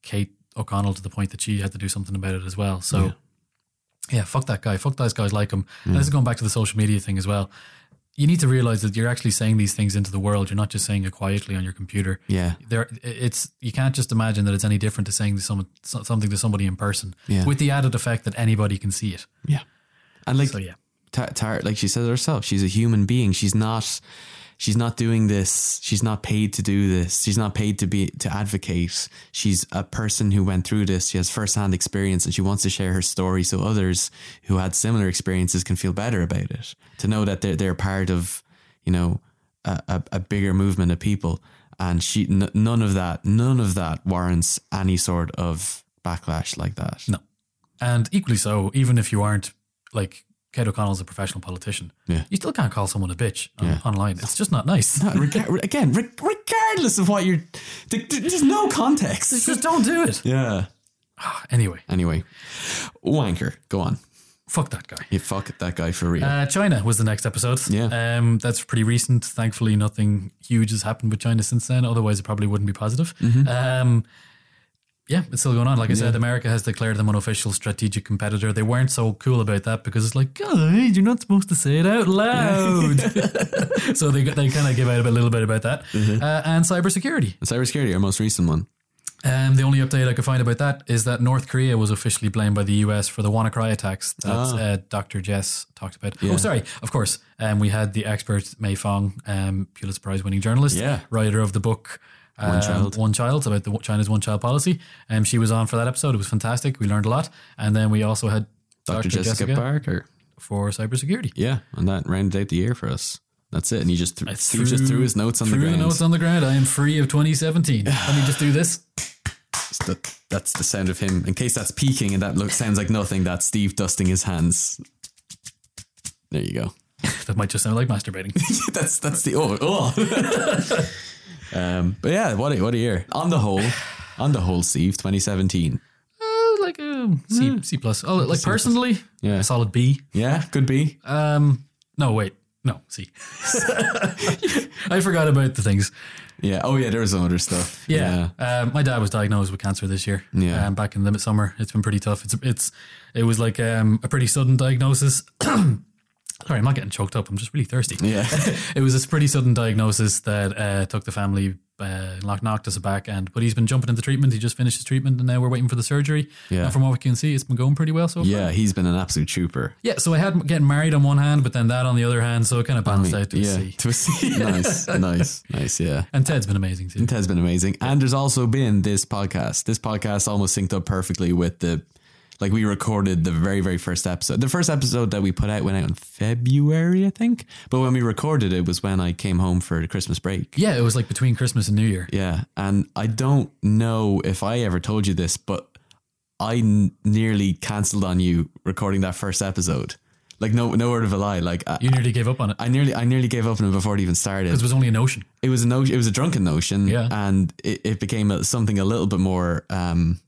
Speaker 2: Kate O'Connell to the point that she had to do something about it as well. So. Yeah. fuck that guy. Fuck those guys like him. And this is going back to the social media thing as well. You need to realize that you're actually saying these things into the world. You're not just saying it quietly on your computer
Speaker 1: yeah,
Speaker 2: there it's you can't just imagine that it's any different to saying to someone so- something to somebody in person
Speaker 1: Yeah.
Speaker 2: with the added effect that anybody can see it
Speaker 1: And like,
Speaker 2: so yeah
Speaker 1: Ta- Tara, like she says herself, she's a human being. She's not she's not doing this. She's not paid to do this. She's not paid to be to advocate. She's a person who went through this. She has firsthand experience, and she wants to share her story so others who had similar experiences can feel better about it. To know that they're they're part of, you know, a, a, a bigger movement of people. And she n- none of that none of that warrants any sort of backlash like that.
Speaker 2: No. And equally so, even if you aren't like Kate O'Connell's a professional politician,
Speaker 1: Yeah.
Speaker 2: you still can't call someone a bitch on,
Speaker 1: Yeah.
Speaker 2: online. It's just not nice.
Speaker 1: No, rega- again, re- regardless of what you're, th- th- there's no context.
Speaker 2: just don't do it.
Speaker 1: Yeah.
Speaker 2: Anyway,
Speaker 1: Anyway, wanker. Go on.
Speaker 2: fuck that guy.
Speaker 1: You fuck that guy for real.
Speaker 2: Uh, China was the next episode.
Speaker 1: Yeah.
Speaker 2: Um, that's pretty recent. Thankfully, nothing huge has happened with China since then. Otherwise, it probably wouldn't be positive. Um, yeah, it's still going on. Like I said, America has declared them an official strategic competitor. They weren't so cool about that because it's like, guys, you're not supposed to say it out loud. so they, they kind of give out a little bit about that. Uh, and cybersecurity.
Speaker 1: Cybersecurity, our most recent one.
Speaker 2: Um, the only update I could find about that is that North Korea was officially blamed by the US for the WannaCry attacks that
Speaker 1: Ah.
Speaker 2: uh, Dr. Jess talked about. Oh, sorry. Of course. Um, we had the expert Mei Fong, um, Pulitzer Prize winning journalist,
Speaker 1: Yeah.
Speaker 2: writer of the book One
Speaker 1: Child.
Speaker 2: One Child about the China's one child policy. Um, she was on for that episode. It was fantastic. We learned a lot. And then we also had
Speaker 1: Dr. Jessica, Barker.
Speaker 2: for cybersecurity.
Speaker 1: Yeah, and that rounded out the year for us. That's it. And he just, th-
Speaker 2: I
Speaker 1: threw, just threw his notes on the
Speaker 2: threw
Speaker 1: ground.
Speaker 2: notes on the ground. I am free of 2017. Let me just do this.
Speaker 1: Just that- that's the sound of him. In case that's peaking and that look, sounds like nothing, that's Steve dusting his hands. There you go.
Speaker 2: That might just sound like masturbating.
Speaker 1: that's that's the oh, oh. um, but yeah, what a, what a year on the whole, on the whole, Steve, twenty seventeen.
Speaker 2: Uh, like a C, C plus. Oh, like personally,
Speaker 1: Yeah.
Speaker 2: a solid B.
Speaker 1: Yeah, could be.
Speaker 2: Um, no, wait, no, C. I forgot about the things.
Speaker 1: Yeah. Oh yeah, there was some other stuff.
Speaker 2: Yeah, Um, my dad was diagnosed with cancer this year.
Speaker 1: Yeah.
Speaker 2: um, back in the summer, it's been pretty tough. It's it's it was like um, a pretty sudden diagnosis. Sorry, I'm not getting choked up. I'm just really thirsty.
Speaker 1: Yeah. Yeah.
Speaker 2: It was this pretty sudden diagnosis that uh, took the family, uh, knock- knocked us back. And but he's been jumping into treatment. He just finished his treatment, and now we're waiting for the surgery.
Speaker 1: Yeah.
Speaker 2: And from what we can see, it's been going pretty well so far.
Speaker 1: Yeah, he's been an absolute trooper.
Speaker 2: Yeah, so I had getting married on one hand, but then that on the other hand, so it kind of balanced out to a
Speaker 1: yeah,
Speaker 2: C.
Speaker 1: to a C. nice, nice, nice. Yeah.
Speaker 2: And Ted's been amazing too.
Speaker 1: It has been amazing. And there's also been this podcast. This podcast almost synced up perfectly with the like we recorded the very, very first episode. The first episode that we put out went out in February, I think. But when we recorded it was when I came home for the Christmas break.
Speaker 2: Yeah, it was like between Christmas and New Year.
Speaker 1: Yeah. And I don't know if I ever told you this, but I n- nearly cancelled on you recording that first episode. Like no no word of a lie. Like I,
Speaker 2: You nearly gave up on it.
Speaker 1: I nearly I nearly gave up on it before it even started
Speaker 2: It was only a notion.
Speaker 1: it was a notion, it was a drunken notion,
Speaker 2: Yeah.
Speaker 1: and it, it became a, something a little bit more um,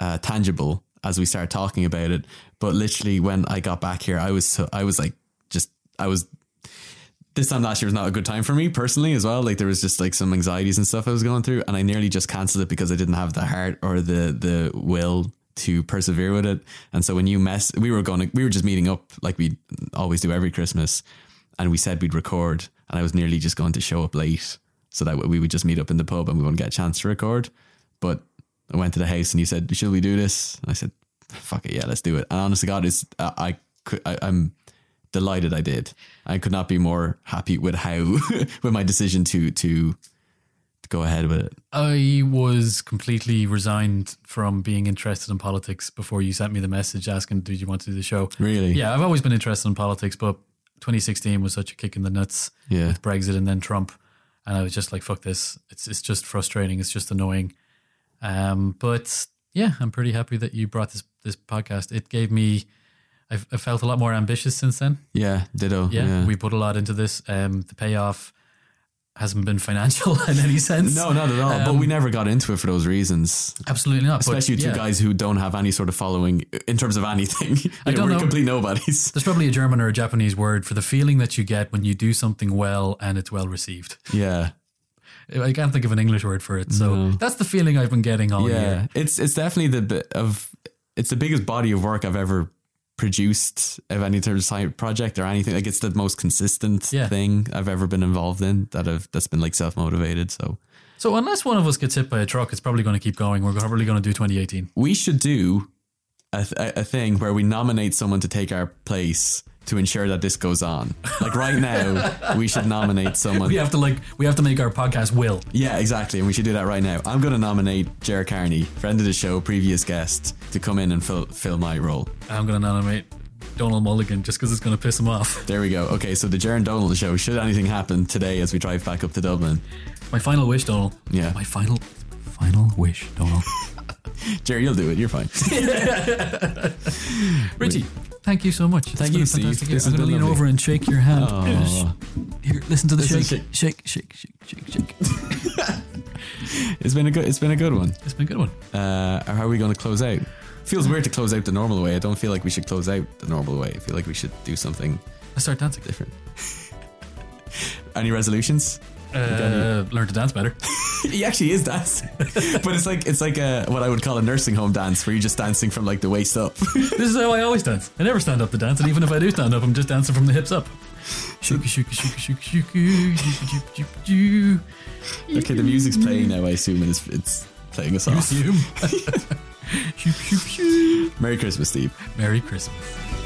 Speaker 1: uh, tangible as we started talking about it. But literally, when I got back here, I was so, I was like just I was. This time last year was not a good time for me personally as well. Like there was just like some anxieties and stuff I was going through, and I nearly just cancelled it because I didn't have the heart or the the will to persevere with it. And so when you mess, we were going, to, we were just meeting up like we always do every Christmas, and we said we'd record and I was nearly just going to show up late so that we would just meet up in the pub and we wouldn't get a chance to record. But I went to the house and you said, "Should we do this?" And I said, "Fuck it, yeah, let's do it." And honest to God, it's I, I could I, I'm delighted I did. I could not be more happy with how with my decision to to to go ahead with it.
Speaker 2: I was completely resigned from being interested in politics before you sent me the message asking, "Did you want to do the show?"
Speaker 1: Really?
Speaker 2: Yeah, I've always been interested in politics, but 2016 was such a kick in the nuts
Speaker 1: Yeah.
Speaker 2: with Brexit and then Trump, and I was just like, "Fuck this! It's it's just frustrating. It's just annoying." Um, but yeah, I'm pretty happy that you brought this this podcast. It gave me. I've, I felt a lot more ambitious since then.
Speaker 1: Yeah, ditto.
Speaker 2: Yeah,
Speaker 1: Yeah.
Speaker 2: we put a lot into this. Um, the payoff hasn't been financial in any sense.
Speaker 1: no, not at all. but we never got into it for those reasons.
Speaker 2: absolutely not. Um, but
Speaker 1: Especially two
Speaker 2: yeah.
Speaker 1: guys who don't have any sort of following in terms of anything.
Speaker 2: I
Speaker 1: Yeah,
Speaker 2: don't
Speaker 1: we're
Speaker 2: know.
Speaker 1: complete nobodies.
Speaker 2: There's probably a German or a Japanese word for the feeling that you get when you do something well and it's well received.
Speaker 1: Yeah.
Speaker 2: I can't think of an English word for it. So that's the feeling I've been getting all year.
Speaker 1: yeah it's it's definitely the bi- of it's the biggest body of work i've ever produced of any sort of side project or anything like it's the most consistent
Speaker 2: Yeah.
Speaker 1: thing i've ever been involved in that i've that's been like self-motivated so
Speaker 2: So unless one of us gets hit by a truck, it's probably going to keep going. We're probably going to do 2018.
Speaker 1: we should do a, th- a a thing where we nominate someone to take our place to ensure that this goes on. Like right now, we should nominate someone.
Speaker 2: We have to like we have to make our podcast will.
Speaker 1: Yeah, exactly. And we should do that right now. I'm going to nominate Jer Carney, friend of the show, previous guest, to come in and fill, fill my role.
Speaker 2: I'm gonna nominate Donald Mulligan just because it's gonna piss him off.
Speaker 1: There we go. Okay, so the Jer and Donald show, should anything happen today as we drive back up to Dublin.
Speaker 2: My final wish, Donald.
Speaker 1: Yeah.
Speaker 2: My final final wish, Donald.
Speaker 1: Jer, you'll do it. You're fine.
Speaker 2: Richie, thank you so much.
Speaker 1: Thank you, Steve. This
Speaker 2: I'm
Speaker 1: has
Speaker 2: gonna
Speaker 1: been
Speaker 2: lean
Speaker 1: lovely.
Speaker 2: over and shake your hand.
Speaker 1: Aw.
Speaker 2: Here, listen to the
Speaker 1: Listen,
Speaker 2: shake. Shake, shake, shake, shake, shake.
Speaker 1: It's been a good it's been a good one.
Speaker 2: It's been a good one.
Speaker 1: Uh, how are we going to close out? Feels weird to close out the normal way. I don't feel like we should close out the normal way. I feel like we should do something
Speaker 2: Let's start dancing.
Speaker 1: different. Any resolutions?
Speaker 2: Uh, learn to dance better.
Speaker 1: He actually is dancing, but it's like it's like a what I would call a nursing home dance, where you're just dancing from like the waist up.
Speaker 2: this is how I always dance. I never stand up to dance, and even if I do stand up, I'm just dancing from the hips up. Shooky, shooky, shooky, shooky, shooky, shooky, shooky, shooky.
Speaker 1: okay, the music's playing now. I assume and it's it's playing us off.
Speaker 2: Assume. Shoo, shoo, shoo.
Speaker 1: Merry Christmas, Steve.
Speaker 2: Merry Christmas.